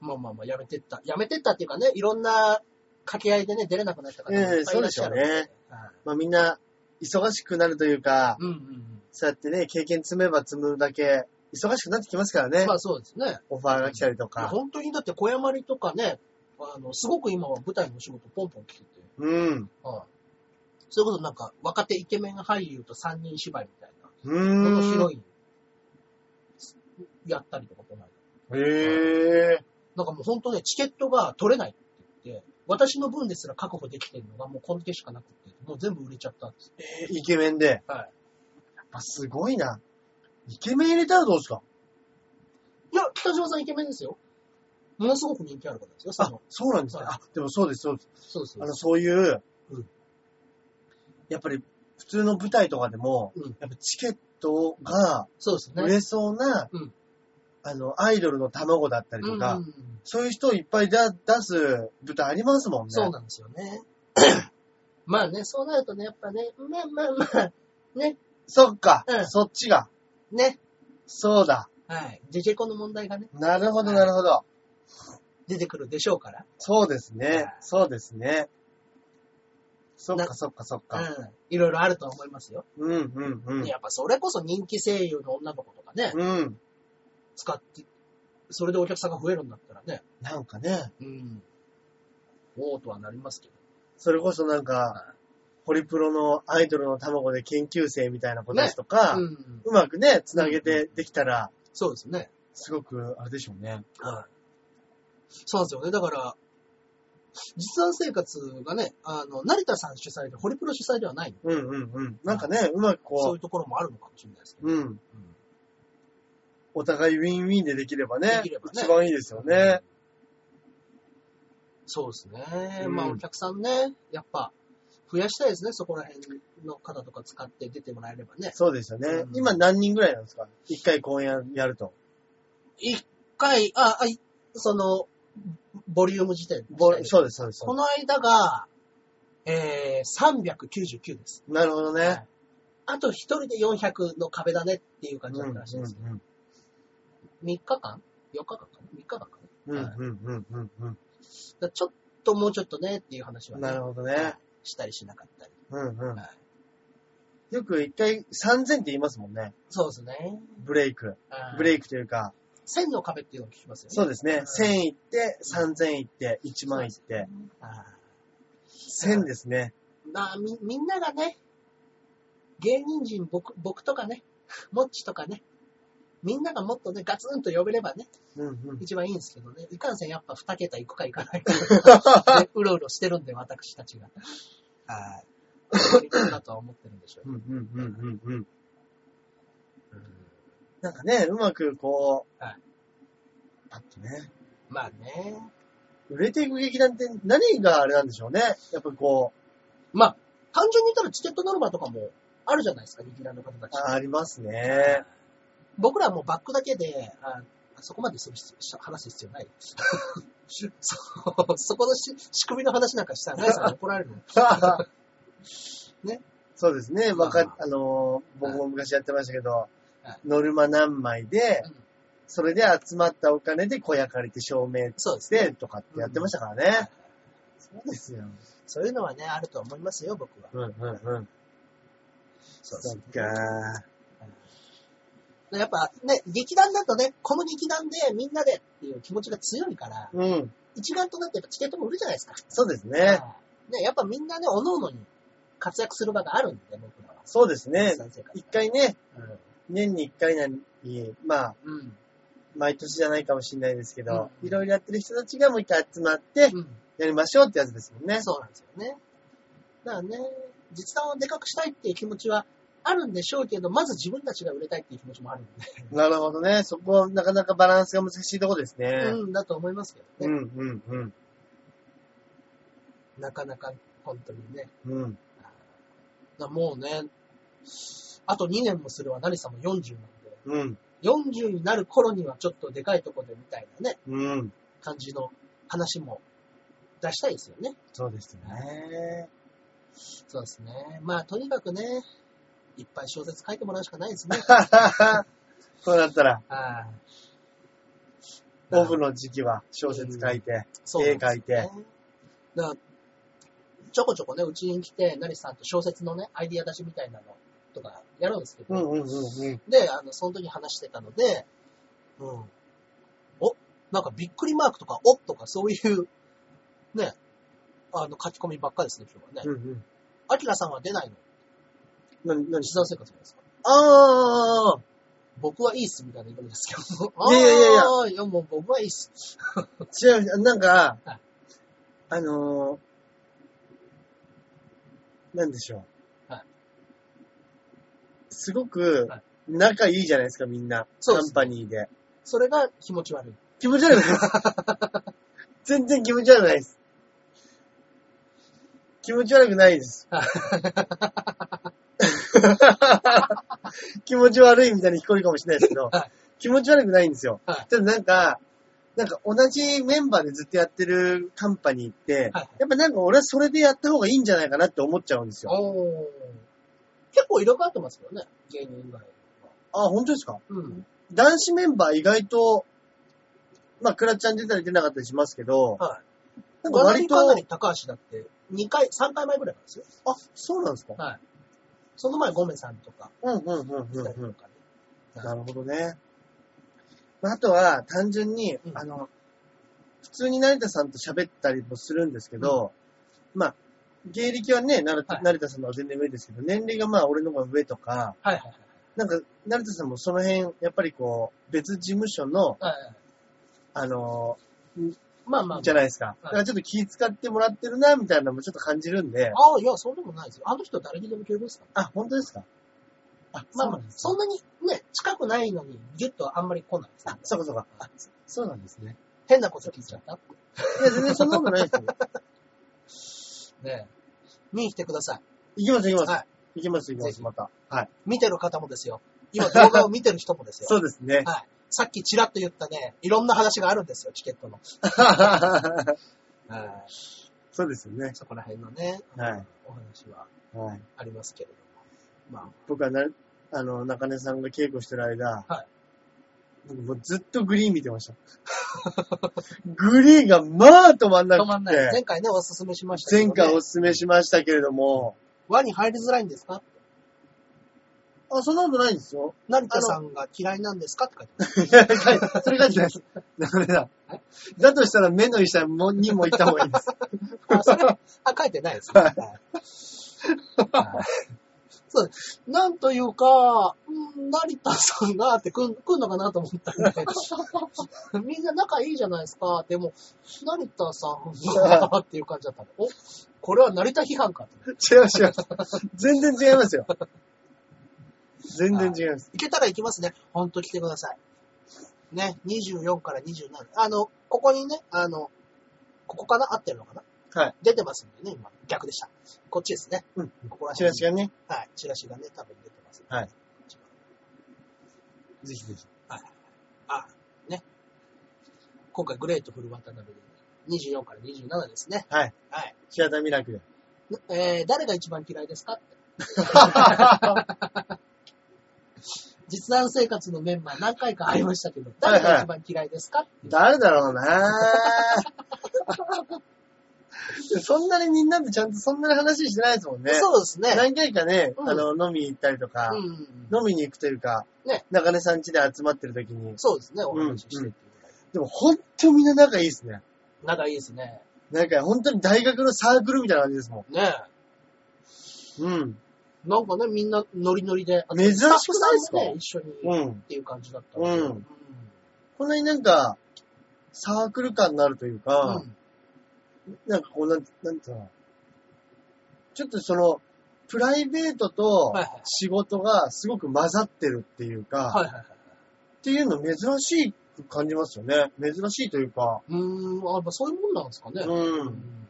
S1: まあまあまあ、やめてった。やめてったっていうかね、いろんな掛け合いでね、出れなくなった方もいっぱいいらっしゃるん
S2: ええそうでしょうね。
S1: はい
S2: まあみんな、忙しくなるというか、
S1: うんうん
S2: そうやってね、経験積めば積むだけ、忙しくなってきますから
S1: う
S2: ね
S1: ん。ま。あそうですね。
S2: オファーが来たりとか。
S1: 本当にだって小山里とかね、あの、すごく今は舞台のお仕事ポンポン来てて、
S2: うん。
S1: はい。それこそなんか若手イケメン俳優と三人芝居みたいな、
S2: う
S1: こ
S2: ー
S1: の
S2: ん。
S1: ヒロイン、やったりとかこない。
S2: へえ。
S1: なんかもう本当ね、チケットが取れないって言って、私の分ですら確保できてるのがもうこの手しかなくて、もう全部売れちゃったんです。
S2: えイケメンで。
S1: はい。
S2: やっぱすごいな。イケメン入れたらどうですか
S1: いや、北島さんイケメンですよ。ものすごく人気ある方ですよ、そ
S2: あ
S1: の、、
S2: そうなんですね。あ、でもそうです、そうです。
S1: そうです
S2: あの、そういう
S1: うん、
S2: やっぱり普通の舞台とかでも
S1: うん、
S2: やっぱチケットが
S1: そうですね。
S2: 売れそうな
S1: うん、
S2: あの、アイドルの卵だったり
S1: う
S2: と
S1: ん
S2: か
S1: う、ん
S2: そういう人をいっぱい出出す舞台ありますもんね。
S1: そうなんですよね。 まあね、そうなるとね、やっぱね、まあまあまあ、ね、
S2: そっか
S1: う、ん
S2: そっちが。
S1: ね、
S2: そうだ。
S1: はい。ジェジェコの問題がね、
S2: なるほど、なるほど。
S1: 出てくるでしょうから。
S2: そうですね
S1: はい。
S2: そうですね。そっ
S1: な
S2: か、そっか、そっ
S1: う
S2: か。
S1: ん。いろいろあるとは思いますよ。
S2: うん、うん、うん
S1: で。やっぱそれこそ人気声優の女の子とかね、
S2: うん。
S1: 使って、それでお客さんが増えるんだったらね、
S2: なんかね、
S1: うん。おーとはなりますけど。
S2: それこそなんか、ホリプロのアイドルの卵で研究生みたいな子たちとか、
S1: うん。
S2: うまくね、つなげてできたら、
S1: そうですね。
S2: すごく、あれでしょうね。
S1: はい。そうなんですよね。だから、実産生活がね、あの、成田さん主催で、ホリプロ主催ではないの。
S2: うんうんうん。なんかね、うまく
S1: そう
S2: こ
S1: いうところもあるのかもしれないですけ
S2: う、
S1: ど。
S2: うん。
S1: うん
S2: お互いウィンウィンでできればね、
S1: できればね
S2: 一番いいですよね。
S1: そうですね。
S2: うん
S1: まあ、お客さんね、やっぱ、増やしたいですね。そこら辺の方とか使って出てもらえればね。
S2: そうですよね。
S1: うん
S2: 今何人ぐらいなんですか一回公演ややると。
S1: 一回、あ、あ、いその、ボリューム自体
S2: ぼそうです、そうです。
S1: この間が、えー、399です。
S2: なるほどね。
S1: あと一人で400の壁だねっていう感じ
S2: う
S1: だ
S2: んう
S1: っ
S2: ん
S1: たらしいですけど。3日間 ?4 日間かな ?3 日間かな
S2: うんうんうんうんうん
S1: だからちょっともうちょっとねっていう話
S2: う
S1: は
S2: ん。
S1: ね
S2: なるほどね。
S1: したりしなかったり。
S2: うんうん
S1: は。
S2: よく一回3000って言いますもんね。
S1: そうですね。
S2: ブレイク。ブレイクというか、
S1: 1000の壁っていうのを聞きますよね。
S2: そうですね。
S1: うん
S2: 1000行って、3000行って、1万行って、
S1: あー
S2: 1000ですね。
S1: まあ、み、みんながね、芸人人、僕、僕とかね、モッチとかね、みんながもっとね、ガツンと呼べればね、
S2: うんうん。
S1: 一番いいんですけどね。いかんせんやっぱ二桁行くか行かないか、ね、うろうろしてるんで、私たちが。はい。そういうことだとは思ってるんでしょう
S2: う
S1: け
S2: んうんうんうんうん。
S1: ど、
S2: なんかね、うまくこう
S1: はい、
S2: パッとね、
S1: まあね。
S2: 売れていく劇団って何があれなんでしょうね。やっぱこう、
S1: まあ、単純に言ったらチケットノルマとかもあるじゃないですか、劇団の方たち。
S2: あありますね。
S1: 僕らはもうバックだけで、ああそこまでする必要話す必要ない。そうそこのし仕組みの話なんかしたら、ナイさんに怒られるの。 ね
S2: そうですね。わ
S1: あ
S2: か
S1: あ、
S2: あのー僕も昔やってましたけど
S1: は、
S2: ノルマ何枚で
S1: うん、
S2: それで集まったお金で小屋借りて照明
S1: そうですね。
S2: してとかってやってましたからね。そうですよ。
S1: そういうのはね、あると思いますよ、僕は。
S2: うんうんうん。
S1: そうです
S2: そっ
S1: ね
S2: か。
S1: やっぱね、劇団だとね、この劇団でみんなでっていう気持ちが強いから、
S2: うん。
S1: 一丸となってやっぱチケットも売るじゃないですか。
S2: そうですね。
S1: ね、やっぱみんなね、おののに活躍する場があるんで、僕らは。
S2: そうですね。
S1: 賛成会
S2: 一回ね、
S1: うん
S2: 年に一回なり、まあ、
S1: うん。
S2: 毎年じゃないかもしれないですけど、
S1: うん
S2: いろいろやってる人たちがもう一回集まって、
S1: うん。
S2: やりましょうってやつですもんね。
S1: そうなんですよね。だからね、実弾をでかくしたいっていう気持ちはあるんでしょうけど、まず自分たちが売れたいっていう気持ちもあるんで。
S2: なるほどね。そこはなかなかバランスが難しいとこですね。
S1: うん、だと思いますけ
S2: う
S1: どね。
S2: ん、うん、うん。
S1: なかなか、本当にね。
S2: うん。
S1: だからもうね、あと2年もすれば何さんも40なんで、
S2: うん。
S1: 40になる頃にはちょっとでかいとこでみたいなね、
S2: うん。
S1: 感じの話も出したいですよね。
S2: そうですね。
S1: そうですね。まあ、とにかくね、いっぱい小説書いてもらうしかないです ね。
S2: そうなったら、
S1: ああ
S2: オフの時期は小説書いて、
S1: そうなんですよ
S2: 絵描いて。
S1: だからちょこちょこね、うちに来て、成さんと小説のね、アイディア出しみたいなのとかやるんですけど、
S2: うん、うん、うん、うん。
S1: で、あの、その時話してたので、うん。おなんかびっくりマークとか、おとかそういう、ね、あの、書き込みばっかですね、今日は
S2: う
S1: ね。
S2: ん、うん。
S1: アキラさんは出ない
S2: な、
S1: の。
S2: なに
S1: 実談生活なんですか
S2: あ
S1: 僕はいいっす、みたいな言うんですけど。
S2: いやいやいやいや
S1: あーいや、もう僕はいいっす。
S2: あ、違う、なんか
S1: はい、
S2: あのー、なんでしょう
S1: はい。
S2: すごく
S1: はい、
S2: 仲いいじゃないですか、みんな。
S1: そう
S2: カ
S1: です
S2: ンパニーで。
S1: それが気持ち悪い。
S2: 気持ち悪く ない全然気持ち悪くないです。気持ち悪くない です。気持ち悪いみたいに聞こえるかもしれないですけど
S1: はい、
S2: 気持ち悪くないんですよ。
S1: はい
S2: ただなんか、なんか同じメンバーでずっとやってるカンパニーって、
S1: はい
S2: やっぱなんか俺はそれでやった方がいいんじゃないかなって思っちゃうんですよ。
S1: おー結構色変わってますけどね、芸人以外は。
S2: あ、本当ですか
S1: うん。
S2: 男子メンバー意外と、まあ、クラちゃん出たり出なかったりしますけど、
S1: はい。
S2: なんか
S1: 割
S2: 割
S1: に
S2: と、
S1: かなり高橋だって、2回、3回前ぐらいなんですよ。
S2: あ、そうなんですか
S1: はい。その前、ゴメさんとか、
S2: うんうんうん
S1: 二
S2: うん
S1: 人とかね
S2: うん。なるほどね。まああとは、単純に、
S1: うん
S2: あの、普通に成田さんと喋ったりもするんですけど、まあ、芸歴はね、成田,、
S1: はい
S2: 成田さんの方が全然上ですけど、年齢がまあ俺の方が上とか、
S1: はいはい
S2: なんか、成田さんもその辺、やっぱりこう、別事務所の、
S1: はい。はいはい
S2: あの
S1: まあまあまあ。
S2: じゃないですか。
S1: い
S2: だからちょっと気遣ってもらってるな、みたいなのもちょっと感じるんで、
S1: ああ、いや、そうでもないですよ。あの人誰にでも敬語ですから。
S2: あ、本当ですかあ、
S1: まあまあ、そ
S2: そうん
S1: なにね、近くないのに、ギュッとあんまり来ないです、
S2: あ、そうかそうか。あ、そうなんですね。
S1: 変なこと聞いちゃった
S2: いや、全然そんなことない ですよ。
S1: ねえ。見に来てくださ
S2: いきます、いき
S1: い。
S2: ます。
S1: は
S2: い、
S1: い。
S2: きます、いきま
S1: ぜ
S2: す、
S1: ひ
S2: また。はい。
S1: 見てる方もですよ。今動画を見てる人もですよ。
S2: そうです ね。
S1: はい。 さっきちらっと言ったね、いろんな話があるんですよ、チケットの。はい。
S2: そうですよね。
S1: そこら辺のね、
S2: はい
S1: お話は
S2: はい。
S1: ありますけれども。ま
S2: 僕はな、あの、中根さんが稽古してる間、
S1: はい
S2: 僕もうずっとグリーン見てました。グリーンがまあ止まんな
S1: あ、止まん
S2: く
S1: ない。前
S2: て、
S1: 回ね、おすすめしましたけど、
S2: 前
S1: ね。
S2: 回お勧めしましたけれども、
S1: 輪に入りづらいんですか
S2: あ、そんなことないんですよ。
S1: 成田さんが嫌いなんですかって書いてます。
S2: いや それ書いてないです。ダメだ。だとしたら目の医もにも行った方がいいです。
S1: あ、それ、あ、書いてないですね。はいそうです。なんというか、うん成田さんがって来ん来んのかなと思ったんで、みんな仲いいじゃないですか。でも、成田さんがっていう感じだったの。お、これは成田批判かと。
S2: 違います、違います。全然違いますよ。全然違います。
S1: 行けたら行きますね。ほんと来てください。ね、24から27。あの、ここにね、あの、ここかな合ってるのかな
S2: はい。
S1: 出てますんでね、今。逆でした。こっちですね。
S2: うん。
S1: ここら
S2: チラシ
S1: が。
S2: がね、
S1: はい。チラシがね、多分出てます。
S2: はい。ぜひぜひ。
S1: あ、ね。今回、グレートフル渡辺で、24から27ですね。
S2: はい。
S1: はい。
S2: シアターミラクル。
S1: ねえー、誰が一番嫌いですかって 実弾生活のメンバー何回かありましたけど、誰が一番嫌いですか、
S2: 誰だろう なそんなにみんなでちゃんとそんなに話してないですもんね。
S1: そうですね。
S2: 何回かね、
S1: うん
S2: あの、飲みに行ったりとか、
S1: うん。
S2: 飲みに行くというか、
S1: ね
S2: 中根さん家で集まってる時に、
S1: そうですね、お話ししてっていうぐらい。
S2: でも本当みんな仲いいですね。
S1: 仲いいですね。
S2: なんか本当に大学のサークルみたいな感じですも
S1: ねえ。
S2: ん。うん。
S1: なんかね、みんなノリノリで。あと
S2: 珍しくないですか
S1: スタッフさんもね、一緒にっ
S2: うん。
S1: ていう感じだったんで。
S2: うんこんなになんか、サークル感のあるという
S1: う
S2: か、
S1: ん。
S2: なんかこうなん、なんていうのかなちょっとその、プライベートと
S1: はいはい
S2: 仕事がすごく混ざってるっていうか、
S1: はいはいはい。
S2: っていうの珍しく感じますよね。珍しいというか、
S1: うーん、あやっぱそういうもんなんですかね。
S2: う。
S1: うんん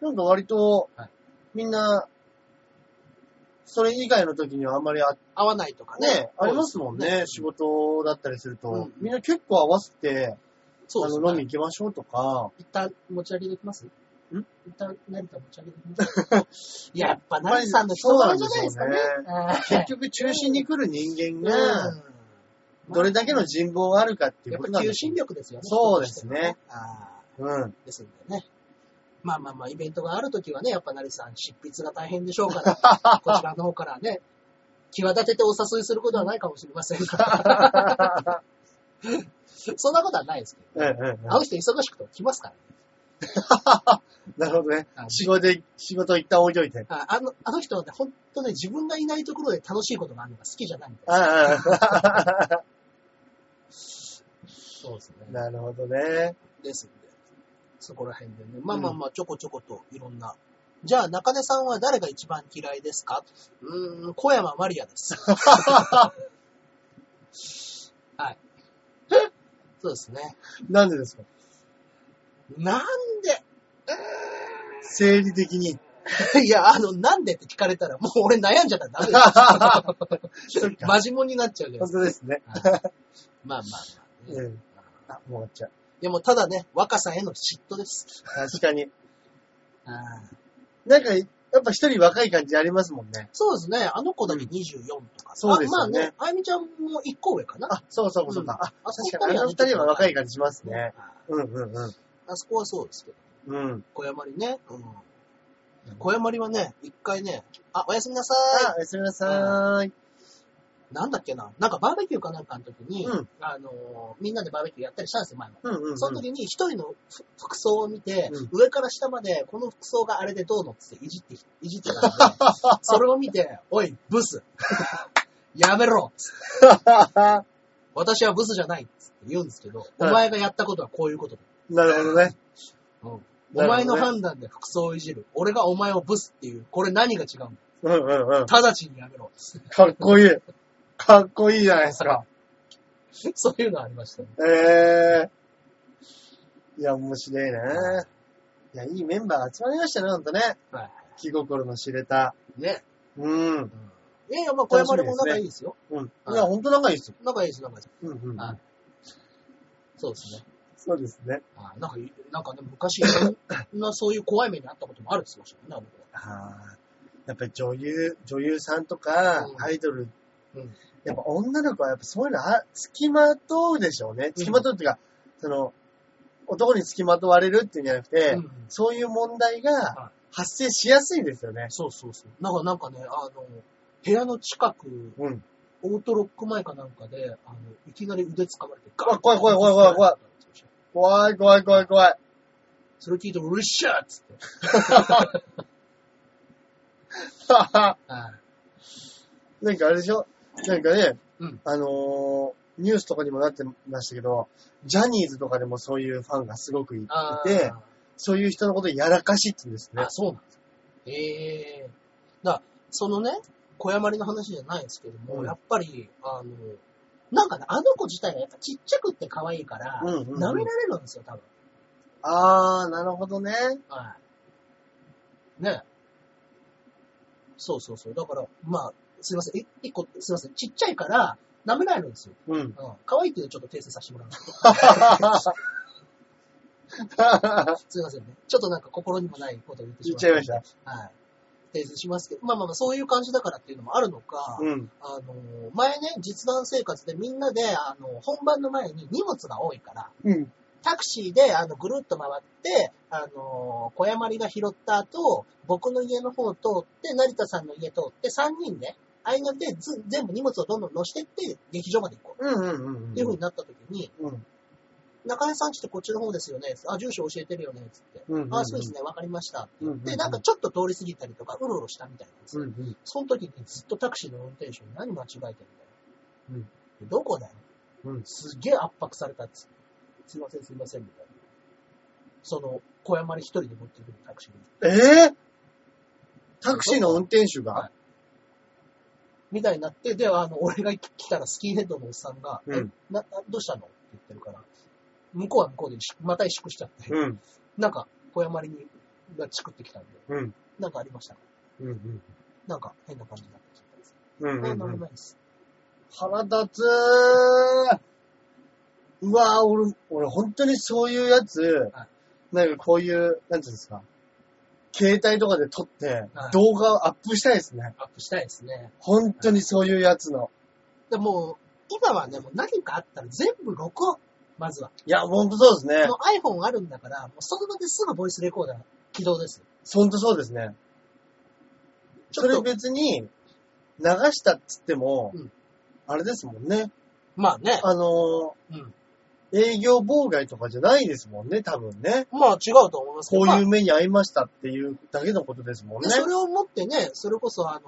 S2: なんか割と
S1: はい、
S2: みんな、それ以外の時にはあんまりあ、
S1: 合わないとかね。
S2: ね、ありますもん
S1: そう
S2: ね。
S1: です
S2: 仕事だったりすると、
S1: うん
S2: みんな結構合わせて、
S1: そう
S2: あ
S1: です
S2: の、飲み
S1: ね。
S2: 行きましょうとか、
S1: 一旦持ち上げできますん
S2: ん
S1: 一旦成田持ち上げできます やっぱ成田さんの人柄じゃないですかね。
S2: 結局中心に来る人間
S1: あー
S2: が、どれだけの人望があるかってい
S1: や
S2: う
S1: っ
S2: ことなん
S1: ぱ求
S2: でしょ
S1: 心力ですよね。
S2: そうですね
S1: 人としてのね。あー
S2: うん。
S1: ですんでね。まあまあまあ、イベントがあるときはね、やっぱなりさん、執筆が大変でしょうか ら、こちらの方からね、際立ててお誘いすることはないかもしれませんが、 そんなことはないですけ
S2: うんうん
S1: ど、あの人忙しくても来ますからね。
S2: なるほどね
S1: あ。
S2: 仕事で、仕事一旦置いといて。
S1: ああのあの人はね、本当ね、自分がいないところで楽しいことがあるのが好きじゃないんで。
S2: あ あ、
S1: そうですね。
S2: なるほどね。
S1: ですんで、そこら辺でね、まあまあまあ、ちょこちょこといろんな。じゃあ、中根さんは誰が一番嫌いですかうーん、小山マリア です。はい。そうですね。
S2: なんでですか
S1: なん
S2: 生理的に。
S1: でいや、あの、なんでって聞かれたら、もう俺悩んじゃったらダメ で
S2: そっ
S1: す。
S2: か。
S1: マジモンになっちゃうじゃない
S2: 本
S1: です
S2: 当ですね。
S1: か。はいまあまあまあ、ね。
S2: うん。あ、もう終わっちゃう。
S1: でも、ただね、若さへの嫉妬です。
S2: 確かに。
S1: あー
S2: なんか、やっぱ一人若い感じありますもんね。
S1: そうですね。あの子だけ24とか。
S2: そうですよね
S1: あまあね、あゆみちゃんも1個上かな。
S2: あ、そうそうそうか。あ、
S1: あそこ
S2: 確かに。あの二人は若い感じしますね。
S1: あ
S2: うんうんうん。
S1: あそこはそうですけど。
S2: うん。
S1: 小山里ね。うん。小山里はね、一回ね、あ、おやすみなさ
S2: あ、おやすみなさーい。
S1: なんだっけな、なんかバーベキューかなんかの時に、
S2: うん
S1: あのーみんなでバーベキューやったりしたんですよ、前も。
S2: うんうん、うん。
S1: その時に一人のふ服装を見て、
S2: うん
S1: 上から下まで、この服装があれでどうのっつっていじって、いじって たんで、それを見て、おい、ブス やめろ私はブスじゃないっつって言うんですけど、お前がやったことはこういうことだ。
S2: なるほどね。
S1: う
S2: なるほ
S1: ん
S2: どね
S1: お前の判断で服装をいじる。俺がお前をブスっていう。これ何が違うんだ
S2: うんうんうん。
S1: 直ちにやめろ。
S2: かっこいい。かっこいいじゃないですか。
S1: そういうのありましたね。
S2: ええいや、面白いね。いや、いいメンバーが集まりましたね、ほんとね。
S1: はい
S2: 気心の知れた。
S1: ね。
S2: うん。
S1: いやいや、まあ小山でも仲いいですよ。
S2: うん。い
S1: はい
S2: や、ほんと仲いいですよ。
S1: 仲いいです、仲いいです。
S2: うんうん
S1: はいそうですね。
S2: そうですね。
S1: あなんか、なんかね、昔、い ろんなそういう怖い目にあったこともあるって言ってましたもんね、
S2: ああ。やっぱり女優、女優さんとか
S1: う、ん
S2: アイドル、
S1: うん
S2: やっぱ女の子はやっぱそういうのあ、付きまとうでしょうね。付きまとうっていうか、その、男に付きまとわれるっていうんじゃなくて、
S1: 僕。うん
S2: そういう問題
S1: は
S2: が発生しやすいですよね。
S1: そうそうそう。なんか、なんかね、あの、部屋の近く、
S2: うん。
S1: オートロック前かなんかで、あの、いきなり腕掴まれて、
S2: うわ怖い怖い怖い怖い怖い。怖い怖い怖い怖い。
S1: それ聞いて、うるっしゃーっつって。
S2: はは
S1: はい。
S2: なんかあれでしょなんかね、
S1: うん
S2: あのーニュースとかにもなってましたけど、ジャニーズとかでもそういうファンがすごくいい
S1: あー
S2: でそういう人のことをやらかしって言うんですね
S1: あ、。そうなんですか。ええだからそのね、小山りの話じゃないですけども、
S2: うん
S1: やっぱり、あの、なんかね、あの子自体がやっぱちっちゃくって可愛いから、
S2: うんうんうん
S1: 舐められるんですよ、多分。
S2: あー、なるほどね。
S1: はい。ねそうそうそう。だから、まあ、すいません。い一個、すいません。ちっちゃいから、舐められるんですよ。
S2: うん。
S1: うん。可愛いっていうのちょっと訂正させてもら う。すいませんね。ちょっとなんか心にもないことを言って
S2: 言
S1: し
S2: っ
S1: ま
S2: ちゃいました。
S1: はい。訂正しますけど、まあまあまあ、そういう感じだからっていうのもあるのか、
S2: うん。
S1: あの、前ね、実弾生活でみんなで、あの、本番の前に荷物が多いから、
S2: うん。
S1: タクシーで、あの、ぐるっと回って、あの、小山里が拾った後、僕の家の方を通って、成田さんの家通って、3人で、相乗りでず全部荷物をどんどん乗してって、劇場まで行こ
S2: うんうんうんうん。
S1: う。っていう風になった時に、
S2: うん。
S1: 中根さんちってこっちの方ですよね。あ、住所教えてるよね。つって。
S2: うんうん。
S1: あ、そうですね。わかりました。
S2: うんうんうん
S1: で、なんかちょっと通り過ぎたりとか、うろうろしたみたいなんです
S2: う
S1: よ
S2: んうん。
S1: その時にずっとタクシーの運転手に何間違えてんだよ。うん。どこだよ。
S2: うん
S1: すっげえ圧迫されたっつってすいません、すいません、みたいな。その、小山に一人で持ってくるタクシーに。
S2: えー、タクシーの運転手が
S1: みたいになって、で、あの、俺が来たらスキンヘッドのおっさんが、
S2: うん
S1: えな、などうしたのって言ってるから、向こうは向こうでしまた萎縮しちゃって、
S2: うん。
S1: なんか、小山に、がチクってきたんで、
S2: うん。
S1: なんかありましたか
S2: うんうん。
S1: なんか変な感じになってきたんです。
S2: うん
S1: あ、な
S2: うんん
S1: も。ないです。
S2: 腹立つーうわー俺、俺本当にそういうやつ、
S1: は
S2: なんかこういう、なんていうんですか、携帯とかで撮って
S1: はい、
S2: 動画をアップしたいですね。
S1: アップしたいですね。
S2: 本当にそういうやつの。
S1: でも、今はね、もう何かあったら全部録音。まずは。
S2: いや、本当そうですね
S1: も。う iPhone あるんだから、もうその場ですぐボイスレコーダー起動です。
S2: 本当そうですね。
S1: ちょ
S2: そ
S1: っと
S2: れ別に、流したっつっても、
S1: うん
S2: あれですもんね。
S1: まあね。
S2: あの
S1: うん。
S2: ー営業妨害とかじゃないですもんね、多分ね。
S1: まあ違うと思いますけ
S2: こ
S1: ど。
S2: ういう
S1: ま
S2: 目に遭いましたっていうだけのことですも
S1: あ
S2: ん
S1: で
S2: ね。
S1: それを持ってね、それこそあの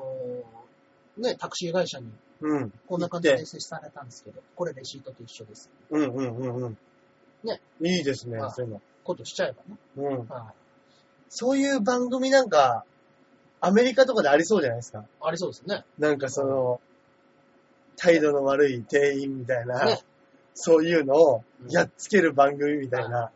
S1: ーね、タクシー会社に
S2: うん。
S1: こんな感じで訂正されたんですけど、これレシートと一緒です。
S2: うんうんうんうん。
S1: ね。
S2: いいですね
S1: は、い
S2: そういうの。
S1: ことしちゃえばね。
S2: うん。
S1: はい。
S2: そういう番組なんか、アメリカとかでありそうじゃないですか。
S1: ありそうですね。
S2: なんかその、態度の悪い店員みたいな、
S1: ね
S2: そういうのを
S1: うん
S2: やっつける番組みたいな。
S1: だか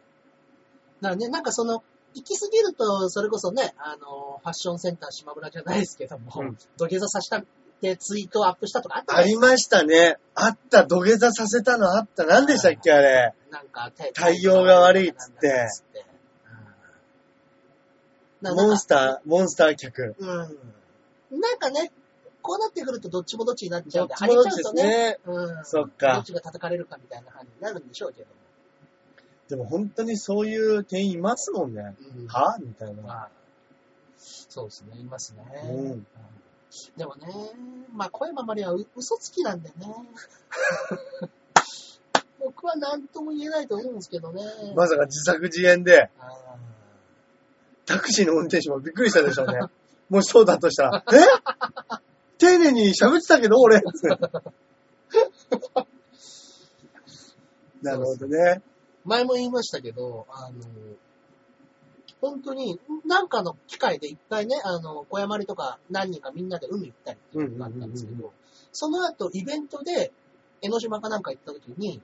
S1: らね、なんかその、行き過ぎると、それこそね、あのーファッションセンター島村じゃないですけども、
S2: うん
S1: 土下座させたってツイートをアップしたとかあったじゃ
S2: あ
S1: ないですか
S2: りましたね。あった、土下座させたのあった。何でしたっけ、あれ。
S1: なんか、
S2: 対応が悪いっつって
S1: なんだつって。うん
S2: モンスター、モンスター客。
S1: うん。なんかね、こうなってくるとどっちもどっちになっちゃ
S2: ど
S1: う
S2: っ
S1: んで、
S2: ちもどっ
S1: 張
S2: ちです
S1: りちゃうとね。
S2: ね。
S1: うん。
S2: そっか
S1: どっちが叩かれるかみたいな感じになるんでしょうけども。
S2: でも本当にそういう店員いますもんね。
S1: うん
S2: はみたいな。
S1: まあ、そうですね、いますね。
S2: うん
S1: うんでもね、まあ、小山まりはう嘘つきなんでね。僕は何とも言えないと思うんですけどね。
S2: まさか自作自演で、
S1: あー
S2: タクシーの運転手もびっくりしたでし ょうね。もしそうだとしたら、え丁寧に喋ってたけど、 俺。なるほどね。
S1: 前も言いましたけど、あの、本当に、なんかの機会で一回ね、あの、小山りとか何人かみんなで海行ったりっていうのがあったんですけ
S2: うんうん
S1: ど、その後イベントで江ノ島かなんか行った時に、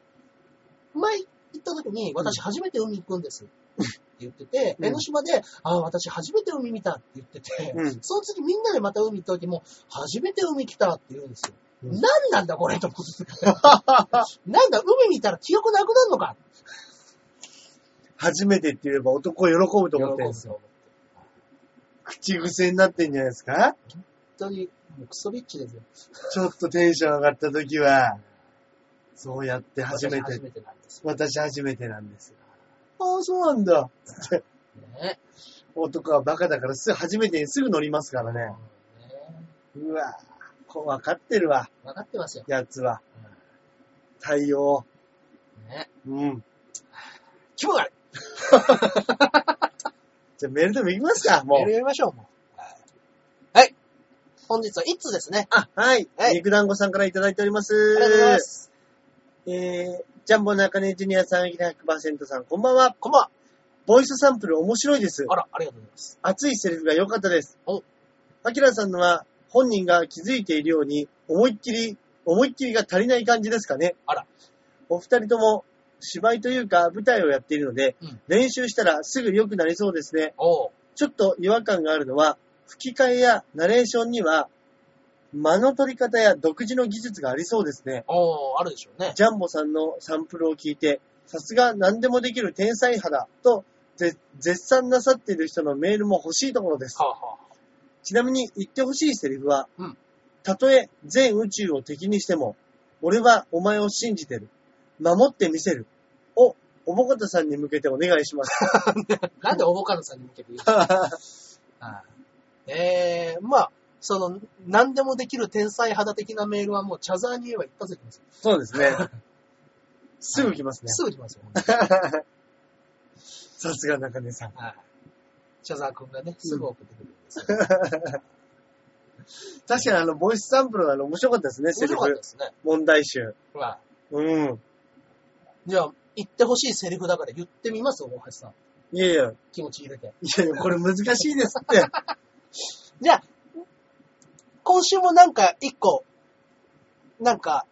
S1: 前行った時に、私初めて海行くんですって言ってて、
S2: うん
S1: 江ノ島で、ああ、私初めて海見たって言ってて、
S2: うん。
S1: その次みんなでまた海行った時も、初めて海来たって言うんですよ。
S2: うん
S1: 何なんだこれと思 って。なんだ海見たら記憶なくなるのか
S2: 初めてって言えば男を喜ぶと思ってるんですよ。
S1: よ。
S2: 口癖になってんじゃないですか
S1: 本当に、もうクソリッチですよ。
S2: ちょっとテンション上がった時は、そうやって初め
S1: 私初
S2: て、
S1: めてなんです
S2: 私初めてなんです。ああ、そうなんだ。
S1: よね。
S2: 男はバカだからすぐ初めてにすぐ乗りますからね。
S1: ね
S2: うわぁ、こう分かってるわ、
S1: 分かってますよ。
S2: やつは。対応。
S1: ね。
S2: うん。
S1: 気分悪い。
S2: じゃあメールでも行きますか、
S1: メー
S2: も
S1: ルやりましょう、もう。はい。本日は一通ですね。あ、
S2: う。はい。
S1: はい
S2: 肉団子さんからいただいております。
S1: ありがとうございます。
S2: えー、ジャンボ中根ジュニアさん、100%さん、こんばんは。
S1: こんばんは。
S2: ボイスサンプル面白いです。
S1: あら、ありがとうございます。
S2: 熱いセリフが良かったです
S1: お。
S2: アキラさんのは本人が気づいているように思いっきり、思いっきりが足りない感じですかね。
S1: あら。
S2: お二人とも芝居というか舞台をやっているので、
S1: うん
S2: 練習したらすぐ良くなりそうですね。
S1: おう。
S2: ちょっと違和感があるのは、吹き替えやナレーションには間の取り方や独自の技術がありそうですね。
S1: おう、あるでしょうね。
S2: ジャンボさんのサンプルを聞いて、さすが何でもできる天才派だとぜ絶賛なさっている人のメールも欲しいところです。
S1: はあ、は
S2: ちなみに言ってほしいセリフは、
S1: うん
S2: たとえ全宇宙を敵にしても、俺はお前を信じてる。守ってみせる。を、おぼこたさんに向けてお願いし ます。
S1: あ、なんでおぼかなさんに向けて言うのえー、まあ、その、何でもできる天才肌的なメールはもう、チャザーに言えば一発できますよ。
S2: そうです ね。すぐ来ますね。
S1: すぐ来 ますよ。
S2: さすが中根さん。
S1: はい。茶沢くんがね、すぐ送ってくるんですよ。
S2: 確かにあの、ボイスサンプルのあの、面白かったですね、セ
S1: 面
S2: リ
S1: 白かった
S2: フ
S1: で。すね。
S2: 問題集。
S1: まあ、
S2: うん。
S1: じゃあ、言ってほしいセリフだから言ってみます大橋さん。
S2: いやいや、い
S1: 気持ち入れて。
S2: やいや、これ難しいです って。
S1: じゃあ、今週もなんか一個、なんか、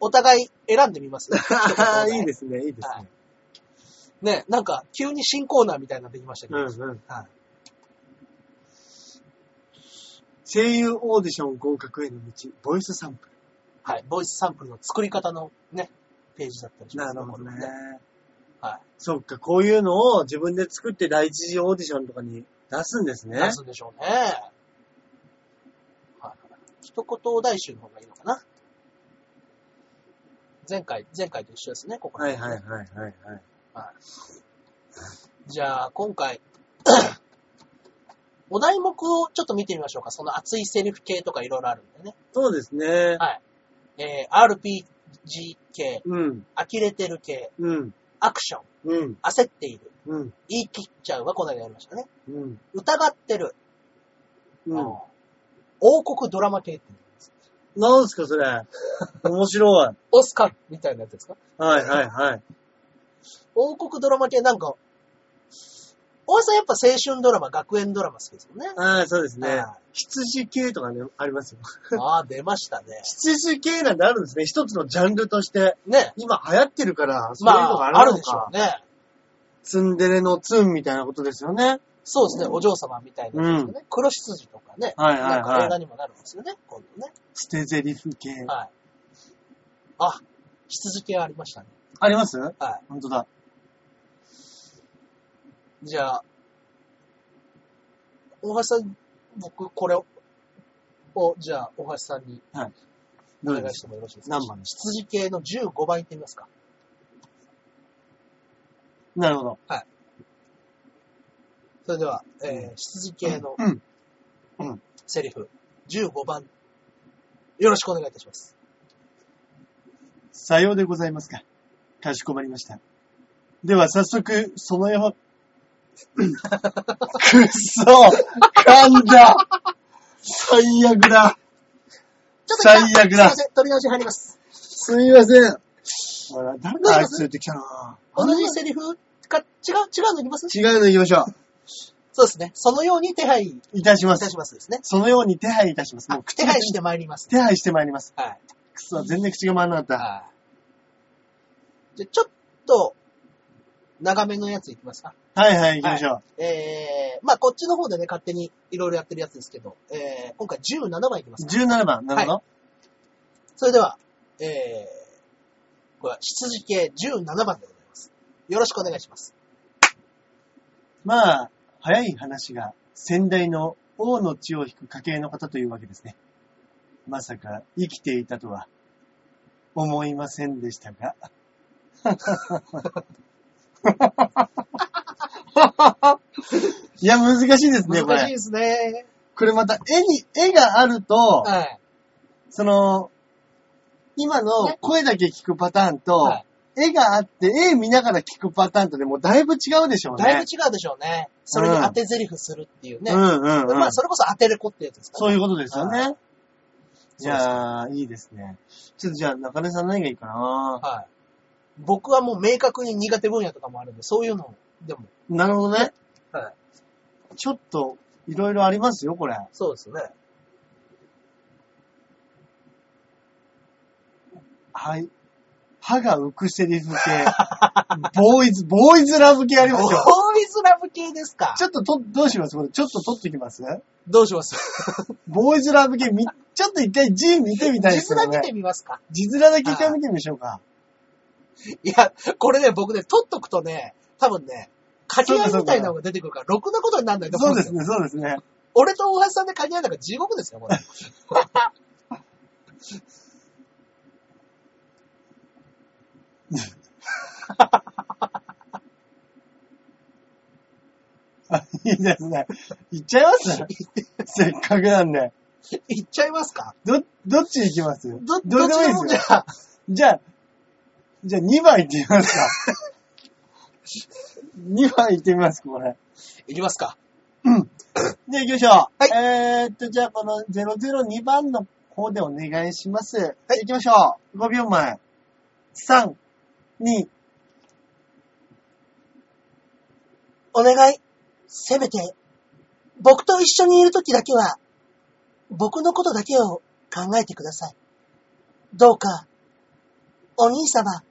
S1: お互い選んでみます
S2: いいですね、いいです
S1: は
S2: ね。
S1: いね、なんか、急に新コーナーみたいなのできましたけど。
S2: うんうん。
S1: はい。
S2: 声優オーディション合格への道、ボイスサンプル。
S1: はい。ボイスサンプルの作り方のね、ページだったりしま
S2: な
S1: す
S2: るほどね
S1: これも。はい。
S2: そっか、こういうのを自分で作って第一次オーディションとかに出すんですね
S1: 出。すんでしょうね。はい。一言お題集の方がいいのかな。前回、前回と一緒ですね、ここ
S2: はいはいはいはいはい。
S1: じゃあ、今回、 お題目をちょっと見てみましょうか。その熱いセリフ系とかいろいろあるんでね。
S2: そうですね。
S1: はい。えー RPG 系、
S2: うん、
S1: 呆れてる系、
S2: うん、
S1: アクション、
S2: うん、
S1: 焦っている、
S2: うん、
S1: 言い切っちゃうはこの間やりましたね。
S2: うん、
S1: 疑ってる、
S2: う
S1: あ
S2: ん。
S1: の王国ドラマ系って言うんです。
S2: なんすかそ れ。面白い。
S1: オスカルみたいなやつですか
S2: はいはいはい。。
S1: 王国ドラマ系なんか、大橋さんやっぱ青春ドラマ、学園ドラマ好きですよね
S2: ああ、そうですね
S1: は。
S2: 羊系とかね、ありますよ。
S1: ああ、出ましたね。
S2: 羊系なんてあるんですね。一つのジャンルとして。
S1: ね。
S2: 今流行ってるから、 そう
S1: ま
S2: いうのが
S1: あ、あ
S2: あるの
S1: るでしょ
S2: か。
S1: うね。
S2: ツンデレのツンみたいなことですよね。
S1: そうですね、お嬢様みたいなやつですよね。黒羊とかね。
S2: はい
S1: なんか
S2: は
S1: 映
S2: いは
S1: 画
S2: い。
S1: にもなるんですよね、今度ね。
S2: 捨てゼリフ系。
S1: はい。あ、羊系ありましたね。
S2: あります
S1: は
S2: 本当だ。
S1: い。じゃあ、大橋さん、僕、これを、じゃあ、大橋さんにお
S2: どれ
S1: 願
S2: で
S1: い
S2: す
S1: し
S2: か
S1: てもよろしいですか
S2: 何番です
S1: 羊系の15番いってみますか。
S2: なるほど。
S1: それでは、えー、羊系の
S2: うんうん
S1: セリフ、 15番、よろしくお願いいたします。
S2: さようでございますか。かしこまりました。では早速、その よ、くっそ噛んだ最悪だ
S1: ちょっと一回
S2: 最悪だ
S1: すいません、取り直し入ります。
S2: すみません。ほら、誰かあいつ言ってきたな
S1: 同じセリフか、違う、違うのいきます
S2: 違うの行きましょ
S1: そうですね。そのように手配い
S2: う。いたしま
S1: た
S2: す
S1: し。ますですね。
S2: そのように手配いたします。
S1: あ
S2: もう口
S1: 手配してまいります。
S2: 手配してまいります。
S1: はい。
S2: くそ、全然口が回らなかった。
S1: はい。じゃ、ちょっと、長めのやついきますか。
S2: はいはい、行きましょう。
S1: えー、まあこっちの方でね、勝手にいろいろやってるやつですけど、えー、今回17番いきますか。
S2: 17番、なるほど。
S1: それでは、えー、これは羊系17番でございます。よろしくお願いします。
S2: まあ、早い話が先代の王の血を引く家系の方というわけですね。まさか生きていたとは思いませんでしたが。いや、難しいですね、こ
S1: 難しい
S2: れ。
S1: ですね。
S2: これまた絵に、絵があると、
S1: はい。
S2: その、今の声だけ聞くパターンと、
S1: はい
S2: 絵があって、絵見ながら聞くパターンとでもうだいぶ違うでしょうね。
S1: だいぶ違うでしょうね。それに当て台詞するっていうね。
S2: うんうん、うん。
S1: まあそれこそ当てる子ってやつですか
S2: そういうことですよ
S1: は
S2: ね。いや
S1: そ
S2: ー、いいですね。ちょっとじゃあ、中根さん何がいいかな
S1: ら。はい。僕はもう明確に苦手分野とかもあるんで、そういうの、でも、
S2: なるほどね。
S1: は
S2: ちょっと、いろいろありますよ、これ。
S1: そうですね。
S2: はい。歯が浮くセリフ系。 ボーイズ、ボーイズラブ系あり
S1: ボ
S2: ま
S1: ー
S2: すよ。
S1: イズラブ系ですか
S2: ちょっとと、どうしますこれ、ちょっと取ってきます
S1: どうします
S2: ボーイズラブ系、み、ちょっと一回 G 見てみたいで
S1: 実
S2: すよ
S1: 面見
S2: ね
S1: て。みますか
S2: 字面だけ一回見てみましょうか。
S1: いや、これね、僕ね、取っとくとね、多分ね、鍵合いみたいなのが出てくるから、ろくなことにならないと思
S2: そううんで
S1: です
S2: す
S1: よ。
S2: ね、そうですね。
S1: 俺と大橋さんで鍵合いなんか地獄ですよ、これ。
S2: あいいですね。 いっちゃい ますせっかくなんで。
S1: いっちゃいますか
S2: ど、どっち行きます
S1: ど、
S2: ど
S1: ど
S2: れ
S1: っ
S2: でもい
S1: ち
S2: いです
S1: もじ
S2: よ
S1: ゃ。あ、
S2: じゃあ、じゃあ2番行ってみます か。2番行ってみますか、これ。
S1: いきますか。
S2: じゃあ行きましょう。はいえーっと、じゃあこの002番の方でお願いします。はい、行きましょう。5秒前。3、2、
S1: お願い。せめて、僕と一緒にいるときだけは、僕のことだけを考えてください。どうか、お兄様。
S2: こ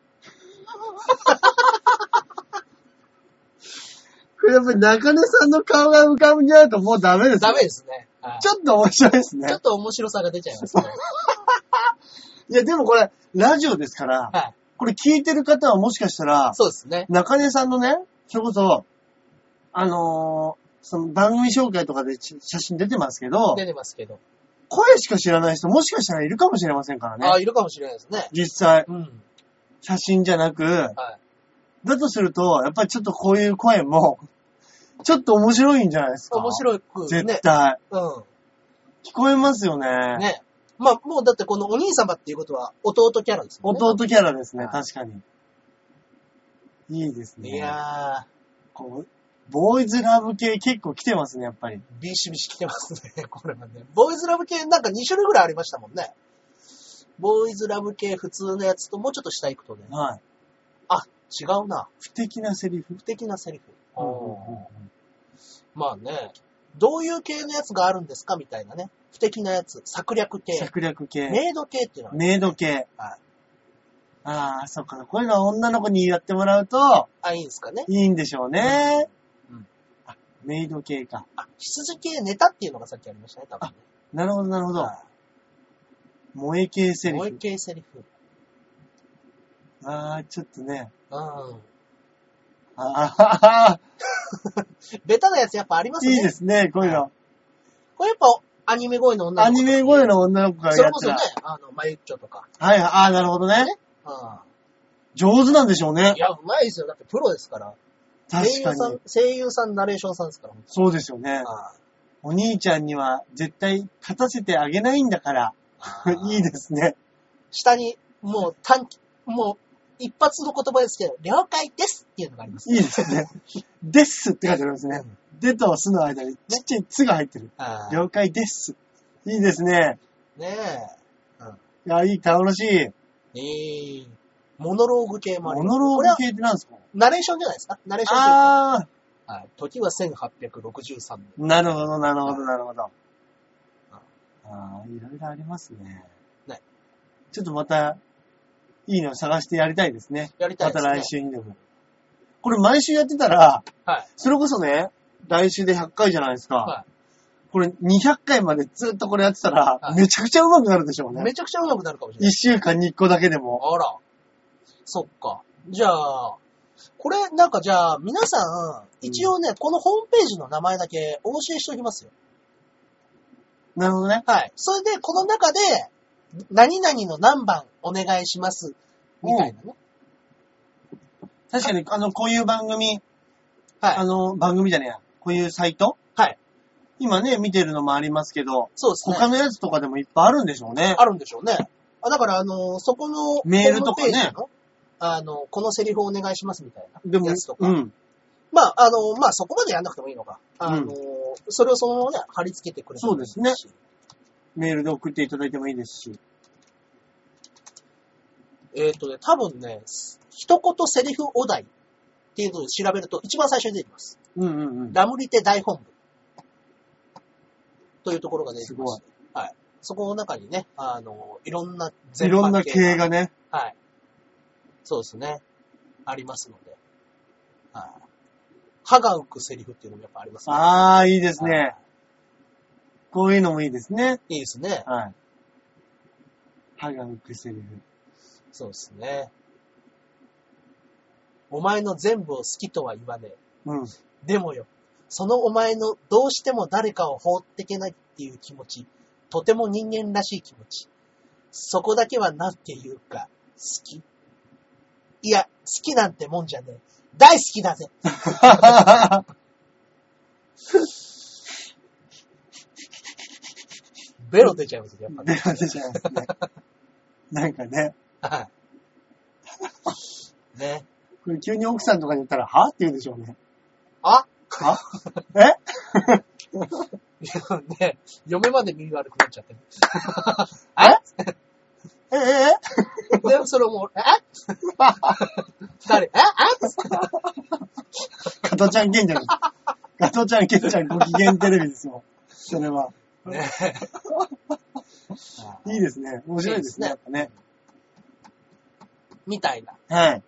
S2: れやっぱり中根さんの顔が浮かんじゃうともうダメです。
S1: ダメですね。
S2: ちょっと面白いですね
S1: ちょ。っと面白さが出ちゃいますね。
S2: いや、でもこれ、ラジオですから、
S1: はい。
S2: これ聞いてる方はもしかしたら、
S1: そうですね。
S2: 中根さんのね、それこそ、あのーその番組紹介とかでし写真出てますけど、
S1: 出てますけど。
S2: 声しか知らない人もしかしたらいるかもしれませんから
S1: ああ、
S2: ね。
S1: いるかもしれないですね。
S2: 実際、
S1: うん。
S2: 写真じゃなく、
S1: は
S2: だとすると、やっぱりちょっとこういう声も、ちょっと面白いんじゃないですか。
S1: 面白くね。
S2: 絶対。
S1: う
S2: 聞こえますよね。
S1: ん。ね。まあ、もうだってこのお兄様っていうことは弟キャラですもんね。
S2: 弟キャラですね、
S1: はい
S2: 確かに。いいですね。
S1: いや
S2: こうボーイズラブ系結構来てますね、やっぱり。
S1: ー、ビシビシ来てますね、 これはね。ボーイズラブ系なんか2種類ぐらいありましたもんね。ボーイズラブ系普通のやつともうちょっと下行くとね。
S2: はい。
S1: あ、違うな。
S2: 不敵なセリフ。
S1: 不敵なセリフ。
S2: うんうんうん
S1: まあね。どういう系のやつがあるんですかみたいなね。不敵なやつ。策略系。
S2: 策略系、
S1: メイド系っていうのは、
S2: メイド系。
S1: はい
S2: ああ、そっか。こういうのは女の子にやってもらうと
S1: あ、いいんですかね。
S2: いいんでしょうね。
S1: うん
S2: あメイド系か。
S1: あ、羊系ネタっていうのがさっきありましたね、多分ね。
S2: なるほど、なるほど。
S1: は
S2: 萌え系セ
S1: い
S2: リ
S1: 萌え
S2: フ。
S1: 系セリフ。
S2: ああ、ちょっとね。
S1: うん。
S2: ああ、
S1: ベタなやつやっぱありますね。
S2: いいですね、こういうの。
S1: これやっぱアニメ声の女
S2: ア
S1: の子。
S2: ニメ声の女の子が
S1: そ
S2: や
S1: れ
S2: っ
S1: こそ
S2: た
S1: ね
S2: ら。、
S1: あの、マユッチョとか。
S2: はい、ああ、なるほどね。
S1: う。
S2: 上手なんでしょうんね
S1: い。や、うまいですよ。だってプロですから。
S2: 確か
S1: 声優さん
S2: に。、
S1: 声優さん、ナレーションさんですから。
S2: そうですよね。
S1: あ
S2: お兄ちゃんには絶対勝たせてあげないんだから、 いいですね。
S1: 下に、もう短期、もう一発の言葉ですけど、了解ですっていうのがあります。
S2: いいですね。ですって書いてありますね。でとすの間にちっちゃいつが入ってる。
S1: ああ
S2: 了解です。いいですね。
S1: ね
S2: いや、いい、楽しい。
S1: え。ええモノローグ系もあり
S2: モ
S1: ま
S2: ノ
S1: す。
S2: ロ
S1: これ
S2: ー
S1: は
S2: グ系って何ですか
S1: ナレーションじゃないですかナレーションというか。
S2: あ
S1: はい時は1863年。
S2: ー、なるほど、なるほど、なるほど。あー、いろいろありますね。
S1: ね
S2: ちょっとまた、いいのを探してやりたいですね。
S1: やりた
S2: ま
S1: いで
S2: た
S1: すね。
S2: 来週にでも。これ毎週やってたら、
S1: はい。
S2: それこそね、来週で100回じゃないですか。
S1: は
S2: これ200回までずっとこれやってたら、
S1: はい
S2: めちゃくちゃ上手くなるでしょうね。
S1: めちゃくちゃ上手くなるかもしれない。
S2: 1週間に1個だけでも。
S1: あら。そっか。じゃあ、これ、なんかじゃあ、皆さん、一応ね、このホームページの名前だけお教えしておきますよ。
S2: なるほどね。
S1: はい。それで、この中で、何々の何番お願いします。みたいなね。
S2: 確かに、あの、こういう番組、あ
S1: はい。
S2: の、番組じゃねえや。こういうサイト
S1: はい。
S2: 今ね、見てるのもありますけど、
S1: そうですね。
S2: 他のやつとかでもいっぱいあるんでしょうね。
S1: あるんでしょうね。あだから、あの、そこの、
S2: メールとかね
S1: ホームページの。あの、このセリフをお願いしますみたいな。
S2: でも
S1: やつと、か
S2: うん。
S1: まあ、あの、まあ、そこまでやんなくてもいいのか。あの、
S2: う
S1: それをそのままね、貼り付けてくれてもいいし
S2: そうですメールで送っていただいてもいいですし。
S1: えっ、とね、多分ね、一言セリフお題っていうのを調べると一番最初に出てきます。
S2: うんうんうん。
S1: ラムリテ大本部というところが出てきます。はい。そこの中にね、あの、いろんな全
S2: い
S1: 般
S2: ろんな系がね。
S1: はい。そうですね。ありますので。はい。歯が浮くセリフっていうのもやっぱありますね。
S2: ああ、いいですね
S1: は。
S2: こういうのもいいですね。
S1: いいですね。
S2: はい。歯が浮くセリフ。
S1: そうですね。お前の全部を好きとは言わねえ。
S2: うん。
S1: でもよ、そのお前のどうしても誰かを放ってけないっていう気持ち、とても人間らしい気持ち。そこだけはなんていうか、好き。いや、好きなんてもんじゃねえ。大好きだぜ。ベロ出ちゃいますよ、やっぱり。
S2: 出が 出ちゃいますね。なんかね、
S1: はい。ね。
S2: これ急に奥さんとかに言ったら、はって言うでしょうね。
S1: あ
S2: はえ
S1: ね、嫁まで耳悪くなっちゃってる。
S2: ええ
S1: で、それをもう、え誰
S2: え
S1: え
S2: 加トちゃんけん ちゃん。加トちゃんけんちゃんご機嫌テレビですよ。それは。
S1: えね
S2: いいですね。面白いですね。
S1: い
S2: や
S1: い
S2: っぱね。
S1: みたいな
S2: はい。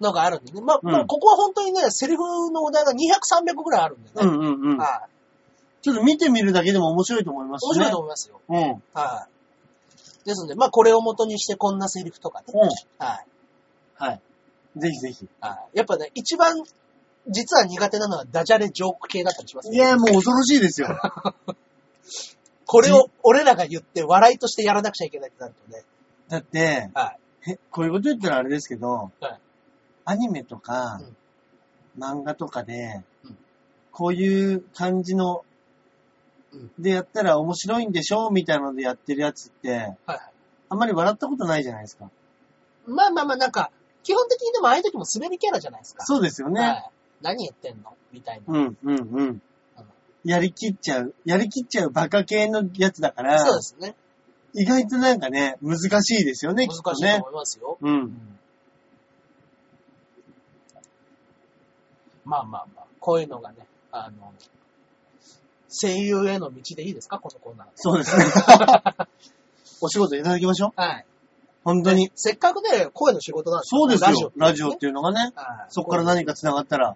S1: のがあるんでね。まあ、
S2: うん
S1: もうここは本当にね、セリフのお題が200、300ぐらいあるんでね。
S2: うんうんうん。
S1: はい。
S2: ちょっと見てみるだけでも面白いと思います
S1: 面
S2: ね。
S1: 白いと思いますよ。
S2: 思う。
S1: はい。ですので、まあ、これを元にしてこんなセリフとかね。
S2: うん。うん。
S1: はい。
S2: はい。ぜひぜひ。
S1: はい。やっぱね、一番、実は苦手なのはダジャレジョーク系だったりします
S2: い
S1: ね。
S2: や、もう恐ろしいですよ。
S1: これを俺らが言って笑いとしてやらなくちゃいけないってなるとね。
S2: だって、
S1: は
S2: えこういうこと言ったらあれですけど、
S1: はい
S2: アニメとか、
S1: うん
S2: 漫画とかで、
S1: うん
S2: こういう感じの
S1: うん、
S2: でやったら面白いんでしょみたいなのでやってるやつって、
S1: はいはい
S2: あんまり笑ったことないじゃないですか。
S1: い。まあまあまあ、なんか、基本的にでもああいう時も滑りキャラじゃないですか。
S2: そうですよね。
S1: はい。何言ってんのみたいな。
S2: うん、うん、うん。やりきっちゃう、やりきっちゃうバカ系のやつだから、
S1: そうですね。
S2: 意外となんかね、難しいですよね、
S1: 難
S2: き
S1: し
S2: っと
S1: いと
S2: ね。
S1: 思いますよ。
S2: うん。
S1: まあまあまあ、こういうのがね、あの、声優への道でいいですかこのコーナー。
S2: そうです ね。お仕事いただきましょう。
S1: はい。
S2: 本当に。
S1: せっかくね、声の仕事なん
S2: そうです
S1: ラジオ
S2: よ
S1: っ。てね
S2: ラジオっていうのがね。
S1: はい
S2: そこから何か繋がったら。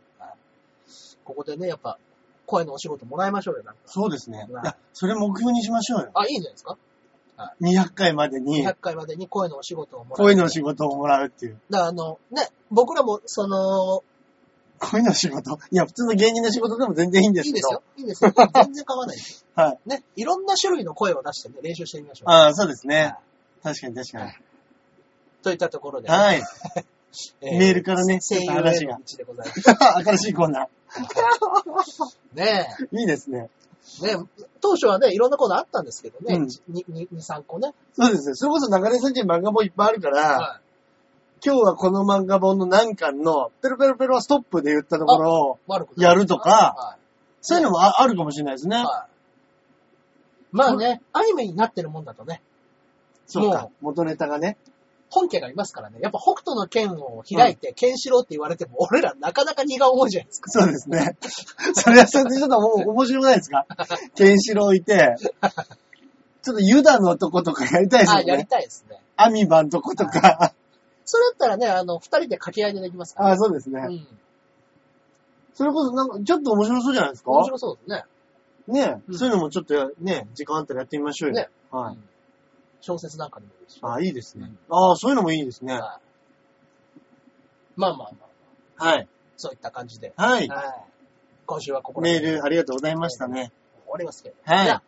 S1: ここでね、やっぱ、声のお仕事もらいましょうよ、なんか。
S2: そうですね。い
S1: はい
S2: や、それ目標にしましょうよ。
S1: あ、いいんじゃないですか
S2: 200回までに
S1: ?100 回までに声のお仕事をもらう。
S2: 恋の仕事をもらうっていう。
S1: だからあの、ね、僕らも、その、
S2: 恋の仕事いや、普通の芸人の仕事でも全然いいんです
S1: いい
S2: けど。
S1: ですよ。いいんですよ。全然構わないです
S2: はい。
S1: ね、いろんな種類の声を出してね、練習してみましょう。
S2: ああ、そうですね。確かに確か
S1: は
S2: に。
S1: といったところで、
S2: はい。
S1: え
S2: メールからね
S1: 声優への
S2: ちょっと話が
S1: 道でございます。
S2: 新しいコーナ
S1: ねえ。
S2: ー。いいですね。
S1: ね、 当初はね、いろんなコーナーあったんですけどね、
S2: うん
S1: にに2、3個ね。
S2: そうですね。それこそ流れ筋漫画本いっぱいあるから、
S1: は
S2: 今日はこの漫画本の何巻の、ペロペロペロはストップで言ったところを、
S1: い。悪くない
S2: やるとか、
S1: は
S2: そういうのもああるかもしれないです
S1: い。
S2: ね。
S1: はい。まあね、アニメになってるもんだとね、
S2: そうか。元ネタがね。
S1: 本家がいますからね、やっぱ北斗の剣を開いて、剣士郎って言われても、俺らなかなか荷が重いじゃないですか。
S2: そうですね。 それはそれでちょっともう面白くないです かケンシロウいて、ちょっとユダのとことかやりたいです
S1: あ、
S2: よ
S1: やり
S2: ね。
S1: たいですね。
S2: アミバのとことか。
S1: それだったらね、あの、二人で掛け合いでできますから。
S2: あ、そうですね。
S1: うん。
S2: それこそなんか、ちょっと面白そうじゃないですか
S1: 面白そうですね。
S2: ね、
S1: うん
S2: そういうのもちょっとやね、時間あったらやってみましょうよ。
S1: ね
S2: はい。
S1: うん小説なんかでもいいし。
S2: あ、いいですね。
S1: うん
S2: ああ、そういうのもいいですね。
S1: はいまあまあまあ、
S2: はい。
S1: そういった感じで。
S2: はい。
S1: はい。今週はここら
S2: メ
S1: 辺で
S2: ールありがとうございましたね。
S1: 終わりますけど。
S2: はい
S1: じゃあ、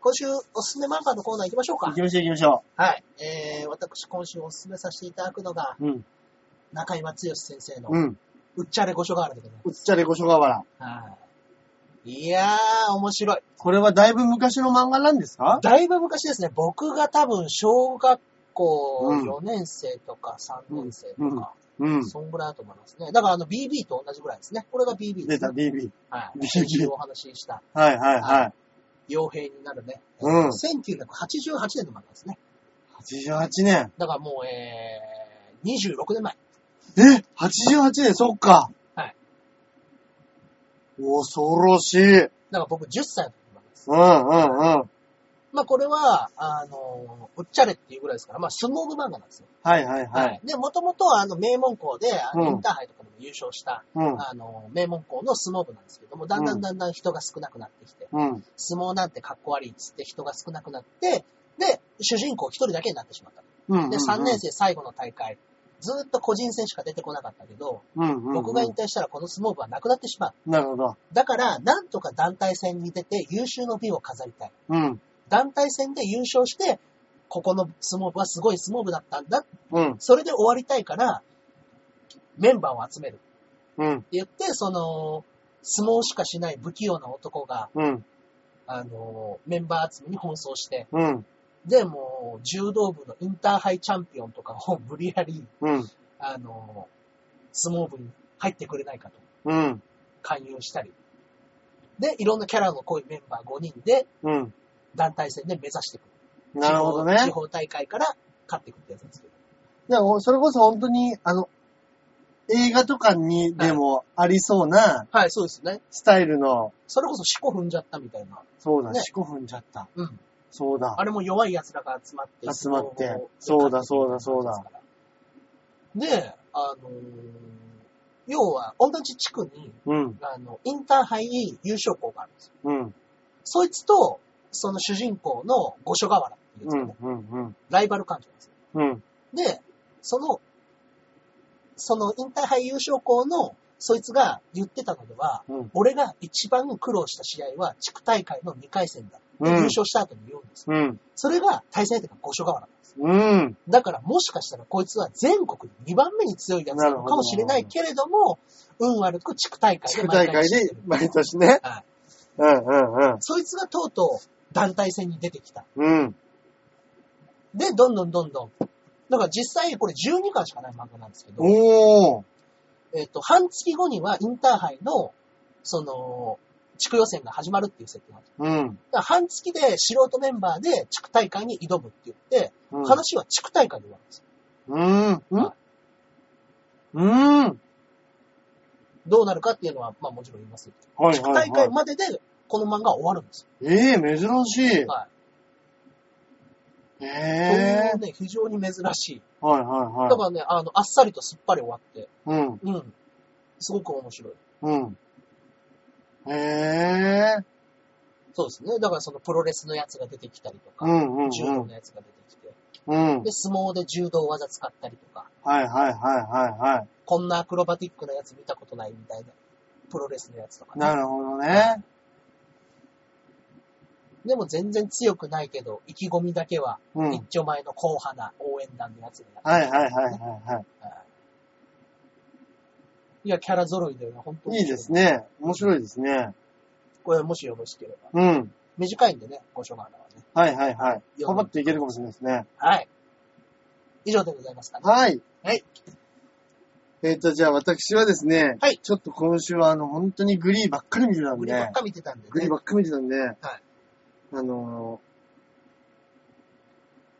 S1: 今週おすすめ漫画のコーナー行きましょう
S2: 行
S1: か
S2: き。ましょう行きましょ
S1: はい。えー、私今週おすすめさせていただくのが、
S2: う。うん。
S1: 中井松義先生の、
S2: うん。
S1: うっちゃれご所があるでございま
S2: うっちゃれ五所川原。
S1: す。はい。いやー、面白い。
S2: これはだいぶ昔の漫画なんですか
S1: だいぶ昔ですね、僕が多分小学校
S2: うん
S1: 4年生とか3年生とか、
S2: うん。
S1: そんぐらいだと思いますね。だからあの BB と同じぐらいですね。これが BB で
S2: 出
S1: す、
S2: た
S1: ね。
S2: BB。
S1: はい。
S2: BB
S1: 先週お話しした
S2: はいはいはい。
S1: 傭兵になるね。
S2: うん。
S1: 1988年の漫画ですね。
S2: 88年。
S1: だからもう、えー、26年前。
S2: え ?88 年、そっか。
S1: はい。
S2: 恐ろしい。うん
S1: だから僕10歳の時の漫画です。
S2: うんうん。
S1: まあこれは、あの、うっちゃれっていうぐらいですから、まあ相撲部漫画なんですよ。
S2: はいはいはい。
S1: で、もともとはあの名門校で、あ
S2: うん
S1: のインターハイとかでも優勝した、
S2: うん。
S1: あの、名門校の相撲部なんですけども、だんだんだんだん人が少なくなってきて、
S2: うん。
S1: 相撲なんてかっこ悪いっつって人が少なくなって、で、主人公一人だけになってしまった。
S2: うんうん。
S1: で、3年生最後の大会、ずーっと個人戦しか出てこなかったけど、
S2: うんうんうん。
S1: 僕が引退したらこの相撲部はなくなってしまう。
S2: なるほど。
S1: だから、なんとか団体戦に出て優秀の美を飾りたい。
S2: うん。
S1: 団体戦で優勝して、ここの相撲部はすごい相撲部だったんだ。
S2: うん。
S1: それで終わりたいから、メンバーを集めるって
S2: うん。
S1: 言って、その、相撲しかしない不器用な男が、
S2: うん。
S1: あの、メンバー集めに奔走して、
S2: うん。
S1: で、もう、柔道部のインターハイチャンピオンとかを無理やり、
S2: うん。
S1: あの、相撲部に入ってくれないかと
S2: うん。
S1: 勧誘したり。で、いろんなキャラの濃いメンバー5人で
S2: うん。
S1: 団体戦で目指していくる。
S2: なるほどね。
S1: 地方大会から勝っていくってやつなんですけど。
S2: でもそれこそ本当に、あの、映画とかにでもありそうな
S1: はい、そうですね。
S2: スタイルの、
S1: それこそ四股踏んじゃったみたいな。
S2: そうだ、
S1: ね
S2: 四股踏んじゃった。
S1: うん。
S2: そうだ。
S1: あれも弱い奴らが集まって。
S2: 集まって
S1: こ
S2: そうだそうだそうだ。
S1: で、あのー要は同じ地区に、
S2: うん、
S1: あの、インターハイ優勝校があるんですよ。
S2: うん、
S1: そいつと、その主人公の五所川原っていう
S2: う
S1: やつが
S2: ん
S1: ね、、
S2: うん、うん、
S1: ライバル関係なんですよ。
S2: うん、
S1: で、その、そのインターハイ優勝校の、そいつが言ってたのでは、
S2: うん
S1: 俺が一番苦労した試合は地区大会の2回戦だ。で
S2: うん
S1: 優勝した後に言うんですよ。
S2: うん、
S1: それが対戦相手が五所川原なんです。
S2: うん、
S1: だからもしかしたらこいつは全国で2番目に強いやつなのかもしれないけれども、運悪く地区大会
S2: 地
S1: で
S2: 区
S1: 毎
S2: 大
S1: 回
S2: 会
S1: 知って
S2: で
S1: る
S2: 毎年ね。
S1: はい
S2: うん、うん、
S1: そいつがとうとう団体戦に出てきた。
S2: うん、うん、
S1: で、どんどんどんどん。だから実際これ12巻しかない漫画なんですけど、
S2: おー、
S1: えっ、と、半月後にはインターハイの、その、地区予選が始まるっていう設定なんです。
S2: うん、
S1: だから半月で素人メンバーで地区大会に挑むって言って、
S2: うん、
S1: 話は地区大会で終わるんですよ。
S2: うん、うん、うん、はい、
S1: どうなるかっていうのは、まあもちろん言いますけど、地区
S2: は
S1: 大
S2: い、は
S1: 会
S2: い。
S1: まででこの漫画は終わるんです
S2: ええ珍しい
S1: よ。。はい。
S2: え
S1: こうい
S2: え
S1: うね、非常に珍しい。
S2: はい、
S1: だ
S2: は
S1: からね、あの、あっさりとすっぱり終わって、
S2: い、はい。うん、
S1: うん。すごく面白い。
S2: うん。ええ
S1: そうですね。だからそのプロレスのやつが出てきたりとか、
S2: うん、うん、
S1: 柔道のやつが出てきて、
S2: うん。うん。
S1: で、相撲で柔道技使ったりとか、
S2: はい、はい、はい、はい、は
S1: こんなアクロバティックなやつ見たことないみたいな、プロレスのやつとか
S2: い。
S1: ね。
S2: なるほどね。
S1: でも全然強くないけど、意気込みだけは、
S2: うん。
S1: 一丁前の硬派な応援団のやつがやって
S2: はい、はい、
S1: る
S2: はい、はい、はい。
S1: いや、キャラ揃いでね、本当に。
S2: いいですね。面白いですね。
S1: これもしよろしければ。
S2: うん。
S1: 短いんでね、ご所があはね。
S2: はいはいはい。
S1: いや
S2: 頑張っていけるかもしれないですね。
S1: はい。以上でございますかね。
S2: はい。
S1: はい。
S2: えっ、と、じゃあ私はですね、
S1: はい
S2: ちょっと今週はあの、本当にグリーばっかり見てたん
S1: グ
S2: で、
S1: リばっか見てたんでね。
S2: グリーばっかり見てたんで、あの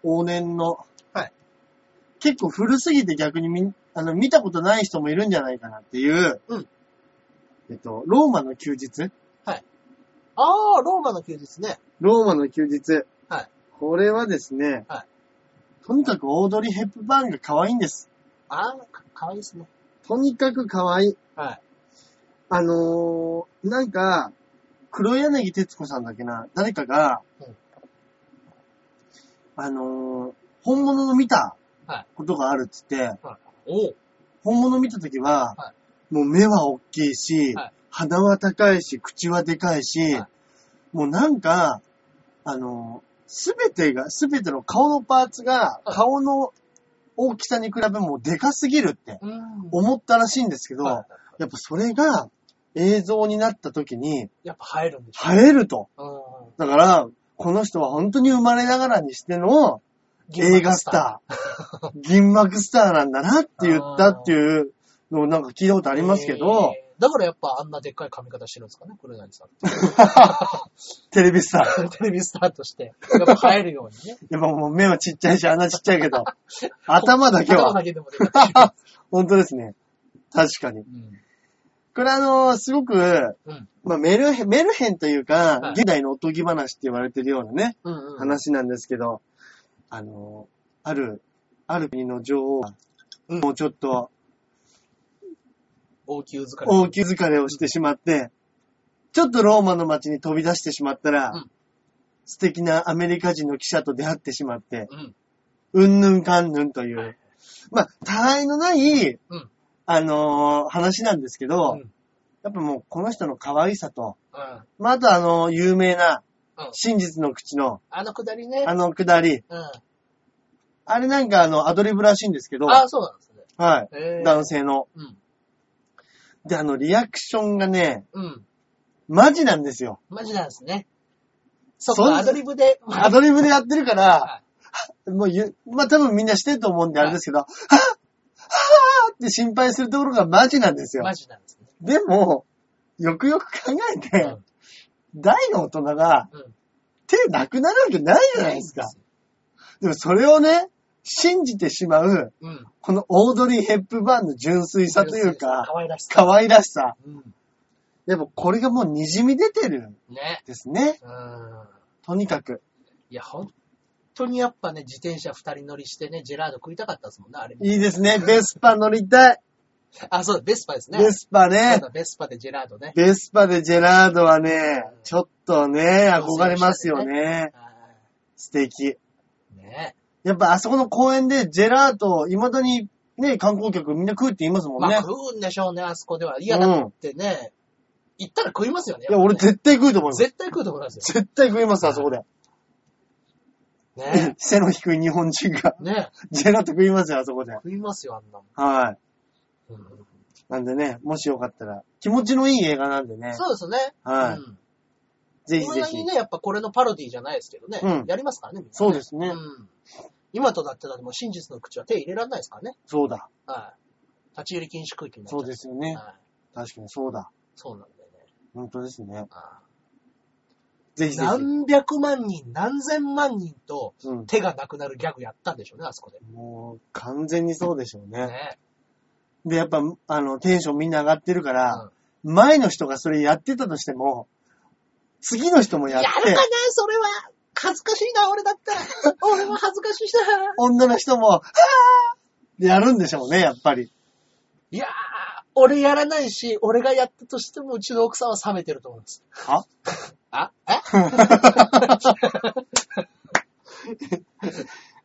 S2: ー往年の、
S1: はい
S2: 結構古すぎて逆にみあの見たことない人もいるんじゃないかなっていう、
S1: うん
S2: えっと、ローマの休日
S1: ああ、ローマの休日ね。
S2: ローマの休日。
S1: はい
S2: これはですね、
S1: は
S2: とにかくオードリー・ヘップバーンが可愛いんです。
S1: ああ、かかわいいですね。
S2: とにかく可愛い。
S1: はい。
S2: あのー、なんか、黒柳徹子さんだっけな、誰かが、
S1: うん
S2: あのー、本物の見た
S1: はい
S2: ことがあるっつって、
S1: おお。
S2: 本物見たときは、
S1: は
S2: もう目は大きいし、
S1: はい
S2: 鼻は高いし、口はでかいし、
S1: はい
S2: もうなんか、あのー、すべてが、すべての顔のパーツが、
S1: はい
S2: 顔の大きさに比べもうでかすぎるって
S1: うん。
S2: 思ったらしいんですけど、
S1: はい
S2: やっぱそれが映像になった時に
S1: やっぱ入るんでしょ。
S2: 映えると。
S1: うん
S2: だから、この人は本当に生まれながらにしての映画スター、銀幕スターなんだなって言ったっていうのをなんか聞いたことあ
S1: あ
S2: りますけど、
S1: だからやっぱあんなでっかい髪型してるんですかね、黒柳 さん。
S2: テレビスター。
S1: テレビスターとして。やっぱ映えるようにね。
S2: やっぱもう目はちっちゃいし、穴ちっちゃいけど、 頭だけ
S1: 頭
S2: は
S1: だ、けでもでかい。
S2: 本当ですね。確かに。
S1: うん
S2: これあのすごく、
S1: うん
S2: まあ、メルヘン、メルヘンというか、
S1: はい
S2: 現代のおとぎ話って言われてるようなね、
S1: うんうん。
S2: 話なんですけど、あの、ある、ある国の女王が、
S1: うん
S2: もうちょっと
S1: 王宮疲れ。
S2: 大気疲れをしてしまって、ちょっとローマの街に飛び出してしまったら、
S1: うん
S2: 素敵なアメリカ人の記者と出会ってしまって、
S1: うん。
S2: うんぬんかんぬんという、まあ、たらいのない、
S1: うん
S2: あのー話なんですけど、
S1: うん
S2: やっぱもうこの人の可愛さと、
S1: うん。
S2: まあ、あとあの、有名な
S1: うん、
S2: 真実の口の、
S1: あのくだりね。
S2: あのくだり、
S1: うん。あ
S2: あれなんかあの、アドリブらしいんですけど、
S1: あ、そうなんですね。
S2: はい。
S1: えー
S2: 男性の。
S1: うん。
S2: で、あの、リアクションがね、
S1: うん。
S2: マジなんですよ。
S1: マジなんですね。そ
S2: そ
S1: こ
S2: ん
S1: アドリブで。
S2: アドリブでやってるか
S1: は
S2: ら、もうゆ、まあ、多分みんなしてると思うんであれですけど、はぁはぁって心配するところがマジなんですよ
S1: マ。ジなんですね。
S2: でも、よくよく考えて、
S1: うん
S2: 大の大人が
S1: うん
S2: 手なくなるわけないじゃないですか。でもそれをね、信じてしまう、
S1: うん。
S2: このオードリー・ヘップバーンの純粋さというか、
S1: 可愛らしさ。
S2: 可愛らしさ。
S1: うん。
S2: でもこれがもう滲み出てるん
S1: ね。
S2: ですね。
S1: うん。
S2: とにかく。
S1: いや、本当にやっぱね、自転車二人乗りしてね、ジェラード食いたかったですもんね、あれ。
S2: いいですね。ベスパ乗りたい。
S1: あ、そうだ、ベスパですね。
S2: ベスパ
S1: そう
S2: ね。
S1: だベスパでジェラードね。
S2: ベスパでジェラードはね、ちょっとね、憧れますよね。
S1: あ
S2: 素敵。
S1: ーね
S2: やっぱあそこの公園でジェラート、未だにね、観光客みんな食うって言いますもん
S1: まあ、
S2: ね。
S1: 食うんでしょうね、あそこでは。いや、だってね、行ったら食いますよね。
S2: いや、俺
S1: 絶
S2: 絶対食うと思います。
S1: 絶対食うところなんです
S2: 絶対食います、あそこで。
S1: よ。ね。
S2: 背の低い日本人が
S1: ね
S2: ジェラート食いますよ、あそこで。
S1: 食いますよ、あんなも
S2: はい。
S1: ん。うん
S2: なんでね、もしよかったら、気持ちのいい映画なんでね。
S1: そうですね。
S2: は
S1: うん
S2: い。ぜひ
S1: こん
S2: ぜ
S1: な
S2: ひ
S1: に。ね、やっぱこれのパロディじゃないですけどね。
S2: うん
S1: やりますからね、みんなね
S2: そうですね
S1: うん今となってだってもう真実の口は手入れられないですからね。
S2: そうだ。
S1: はい。立ち入り禁止区域になっちゃ
S2: そうですよね。
S1: はい。
S2: 確かにそうだ。
S1: そうなんだよね。
S2: 本当ですね。
S1: ああ
S2: ぜひぜひ。
S1: 何百万人、何千万人と
S2: うん。
S1: 手がなくなるギャグやったんでしょうね、あそこで。
S2: もう、完全にそうでしょうね。
S1: ね。
S2: で、やっぱ、あの、テンションみんな上がってるか
S1: う
S2: ら、前の人がそれやってたとしても、次の人も
S1: ん
S2: や
S1: や
S2: っ
S1: るか
S2: て
S1: な、、それは。恥ずかしいな、俺だったら。 俺も恥ずかしいな。
S2: 女の人も、はぁーってやるんでしょうね、やっぱり。
S1: いやー、俺やらないし、俺がやったとしても、うちの奥さんは冷めてると思います。
S2: は
S1: あえ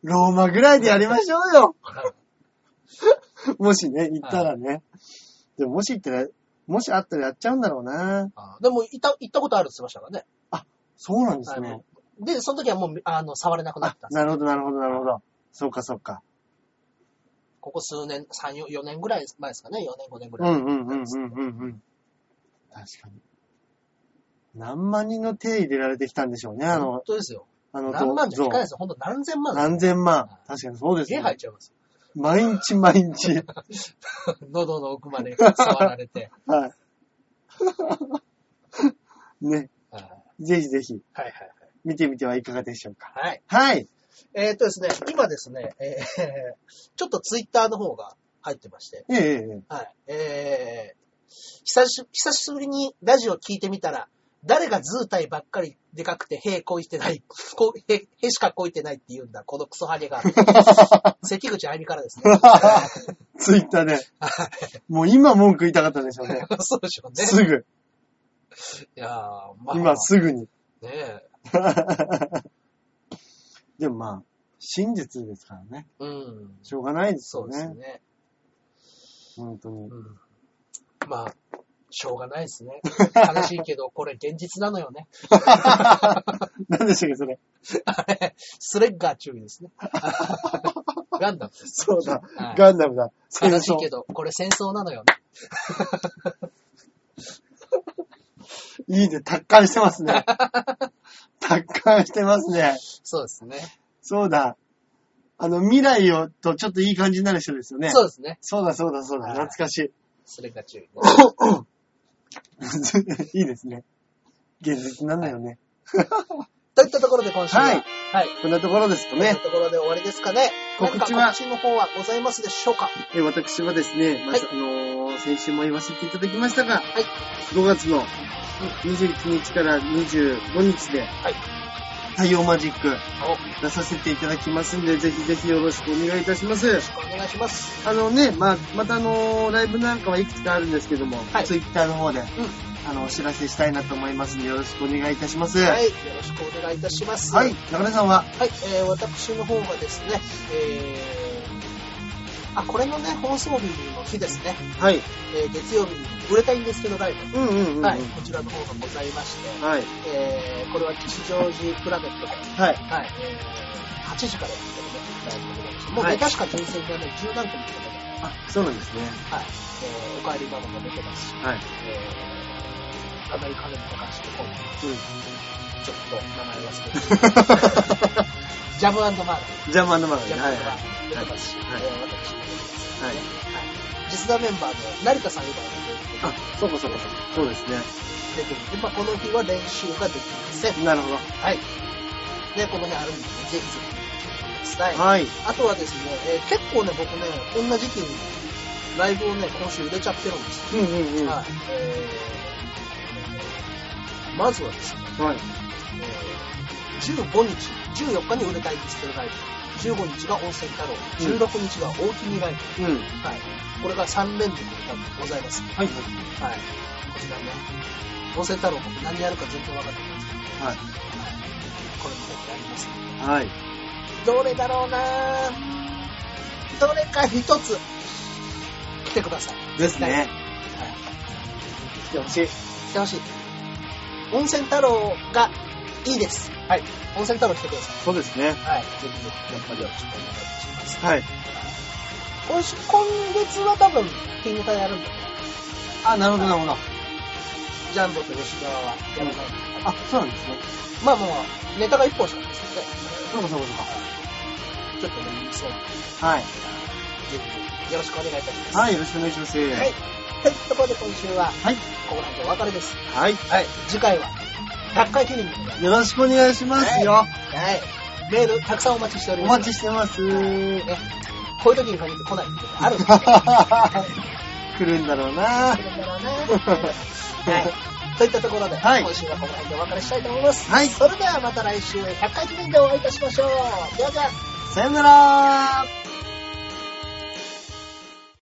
S2: ローマぐらいでやりましょうよ。もしね、行ったらね。でも、もし行ったら、もしあったらやっちゃうんだろうな。
S1: あでも、行った、行ったことあるって言ってましたからね。
S2: そうなんですね。
S1: で、その時はもう、あの、触れなくな
S2: あ
S1: ったん、です。
S2: なるほど、なるほど、なるほど。そうか、そうか。
S1: ここ数年、3、4年ぐらい前ですかね。4年、5年ぐ
S2: う
S1: らい。
S2: んうんうんうんうんうん。確かに。何万人の手入れられてきたんでしょうね、あ
S1: 本
S2: の、
S1: 当ですよ。
S2: あの、
S1: 何万じゃ
S2: 像
S1: 控えですよ。本当何千万。
S2: 何千万。確かにそうです
S1: 家
S2: ね。
S1: 入っちゃいますよ。
S2: 毎日毎 日。
S1: 喉の奥まで触ら れて。
S2: はい。 ね、
S1: はい
S2: ぜひぜひ
S1: はいはい。
S2: 見てみてはいかがでしょうか。
S1: はい。
S2: はい。
S1: えっ、とですね、今ですね、えーちょっとツイッターの方が入ってまして、
S2: えええ え
S1: はい。えー久し、久しぶりにラジオ聞いてみたら、誰が図体ばっかりでかくて、へこいてない、こへ、へしかこいてないって言うんだ、このクソハゲが。関口あゆみからですね。
S2: ツイッターで。もう今文句言いたかったでしょうね。
S1: そうでしょうね。
S2: すぐ。
S1: いやー、まあ、
S2: 今すぐに。
S1: ねえ。
S2: でもまあ、真実ですからね。
S1: うん。
S2: しょうがないです
S1: そ
S2: よ
S1: うです
S2: ね。
S1: ね。
S2: 本当に
S1: う。ん。まあ、しょうがないですね。悲しいけど、これ現実なのよね。
S2: 何でしたっけ、それ。
S1: あれ、スレッガー注意で すね。ガンダムです。
S2: そうだ。
S1: はい
S2: ガンダムだ。戦
S1: 悲しい
S2: 争
S1: け。ど、これ戦争なのよね。
S2: いいね。達観してます ね。達観してますね。
S1: そうですね。
S2: そうだ。あの、未来をとちょっといい感じになる人ですよね。
S1: そう
S2: う
S1: ですね。
S2: そうだ、そうだ、そうだ。
S1: はい
S2: 懐かし
S1: スレッガー注意。
S2: い。い いですね。現実なんだよね。
S1: といったところで今週は、
S2: は
S1: はいい。
S2: こんなところですか
S1: とい
S2: ね
S1: う。ところで終わりですかね。
S2: 告知は
S1: 何か告知の方はございますでしょうか
S2: え私はですね、まあ
S1: はい
S2: あのー先週も言わせていただきましたが、
S1: はい
S2: 5月の29日から25日で、
S1: い
S2: 太陽マジック
S1: およ
S2: 出させていただきますんで、ぜひぜひよろしくお願いいたします。
S1: ろしくお願いします。
S2: あのね、まあ、またあのーライブなんかはいくつかあるんですけども、
S1: はい
S2: ツイッターの方で、あの、お知らせしたいなと思いますんで、よろしくお願いいたします。
S1: は。
S2: はいい。
S1: よろしくお願いいたします。
S2: 中根さんは、
S1: はい、えー私の方がですね、えー、あ、これのね、放送日の日ですね、
S2: はい。
S1: えー月曜日に売れたいんですけどライブ、
S2: うんうんうん、うん。
S1: はい、こちらの方がございまして、
S2: はい。
S1: えー、これは吉祥寺プラネットで、
S2: はい。
S1: はい、えー、8時からやってるね、ライブでございます。もう
S2: は
S1: ね、
S2: い
S1: 確か抽選がね、十何組とかで、ね、
S2: あ、そうなんですね。
S1: はい、えー、お帰りなども出てますし、
S2: はい。
S1: えー、かなり金も高して、今度、
S2: う
S1: ちょっと名前忘れて、 ジャムマーガリン。
S2: ん。ジャマンのマガジン。
S1: や
S2: は
S1: っ
S2: い
S1: ぱり
S2: はい。はい。
S1: 出てますし、
S2: はい
S1: えー私も出てますね。はい。実打メンバーの成田さん以外
S2: あ
S1: も、
S2: そうかそうかそうか。そうですね。
S1: 出てるんで、まあ、この日は練習ができません。
S2: なるほど。
S1: はい。で、この辺あるんで、ぜひぜひ聞いてください。
S2: はい。
S1: あとはですね、えー結構ね、僕ね、こんな時期にライブをね、今週入れちゃってるんですよ。
S2: うんうんうん。は
S1: はい。えーまずはですね、
S2: い。
S1: えー15日、14日に売れたいんですけどライブ、15日が温泉太郎、16日が大きにライブ、
S2: うん。はい
S1: はい。これが3連続で多分ございます。
S2: はい。
S1: はい。こちらね。温泉太郎僕何やるか全然わかってないんですけど、
S2: はい。
S1: はい。これも絶対あります。
S2: はい。
S1: どれだろうなぁどれか一つ、来てください。
S2: ですね。
S1: はい。
S2: 来てほしい。
S1: 来てほしい。温泉太郎がいいです。はい。温泉太郎来てくださ
S2: そうですね。
S1: い。はい。ぜひぜひ、やっぱりよろしくお願いします。
S2: はい。
S1: 今週、今月は多分、ピンネタやるんだけど、
S2: あ、なるほどなるほど。
S1: ジャンボと吉沢はやらない。
S2: あ、そうなんですね。
S1: まあもう、ネタが一本しかないですよね。
S2: そうかそうかそ
S1: ちょっとね、そう。ぜ
S2: うか。はい。
S1: ひ、よろしくお願いいたします。
S2: はい、よろしくお願いします。
S1: はい。はい。ところで今週は、
S2: はい。
S1: ここら辺でお別れです。
S2: はい。
S1: はい。次回は、100回記念でございます。
S2: よろしくお願いしますよ。
S1: はい。メール、たくさんお待ちしており
S2: お
S1: ます。
S2: 待ち
S1: し
S2: してます。
S1: てね。こういう時に限って来ないってことあ るんですよ。
S2: 来るんだろうな
S1: 来。るんだろうな。 はい。といったところで、
S2: はい
S1: 今週はこの辺でお別れしたいと思います。
S2: はい
S1: それではまた来週100回記念でお会いいたしましょう。ではでは。
S2: さよなら。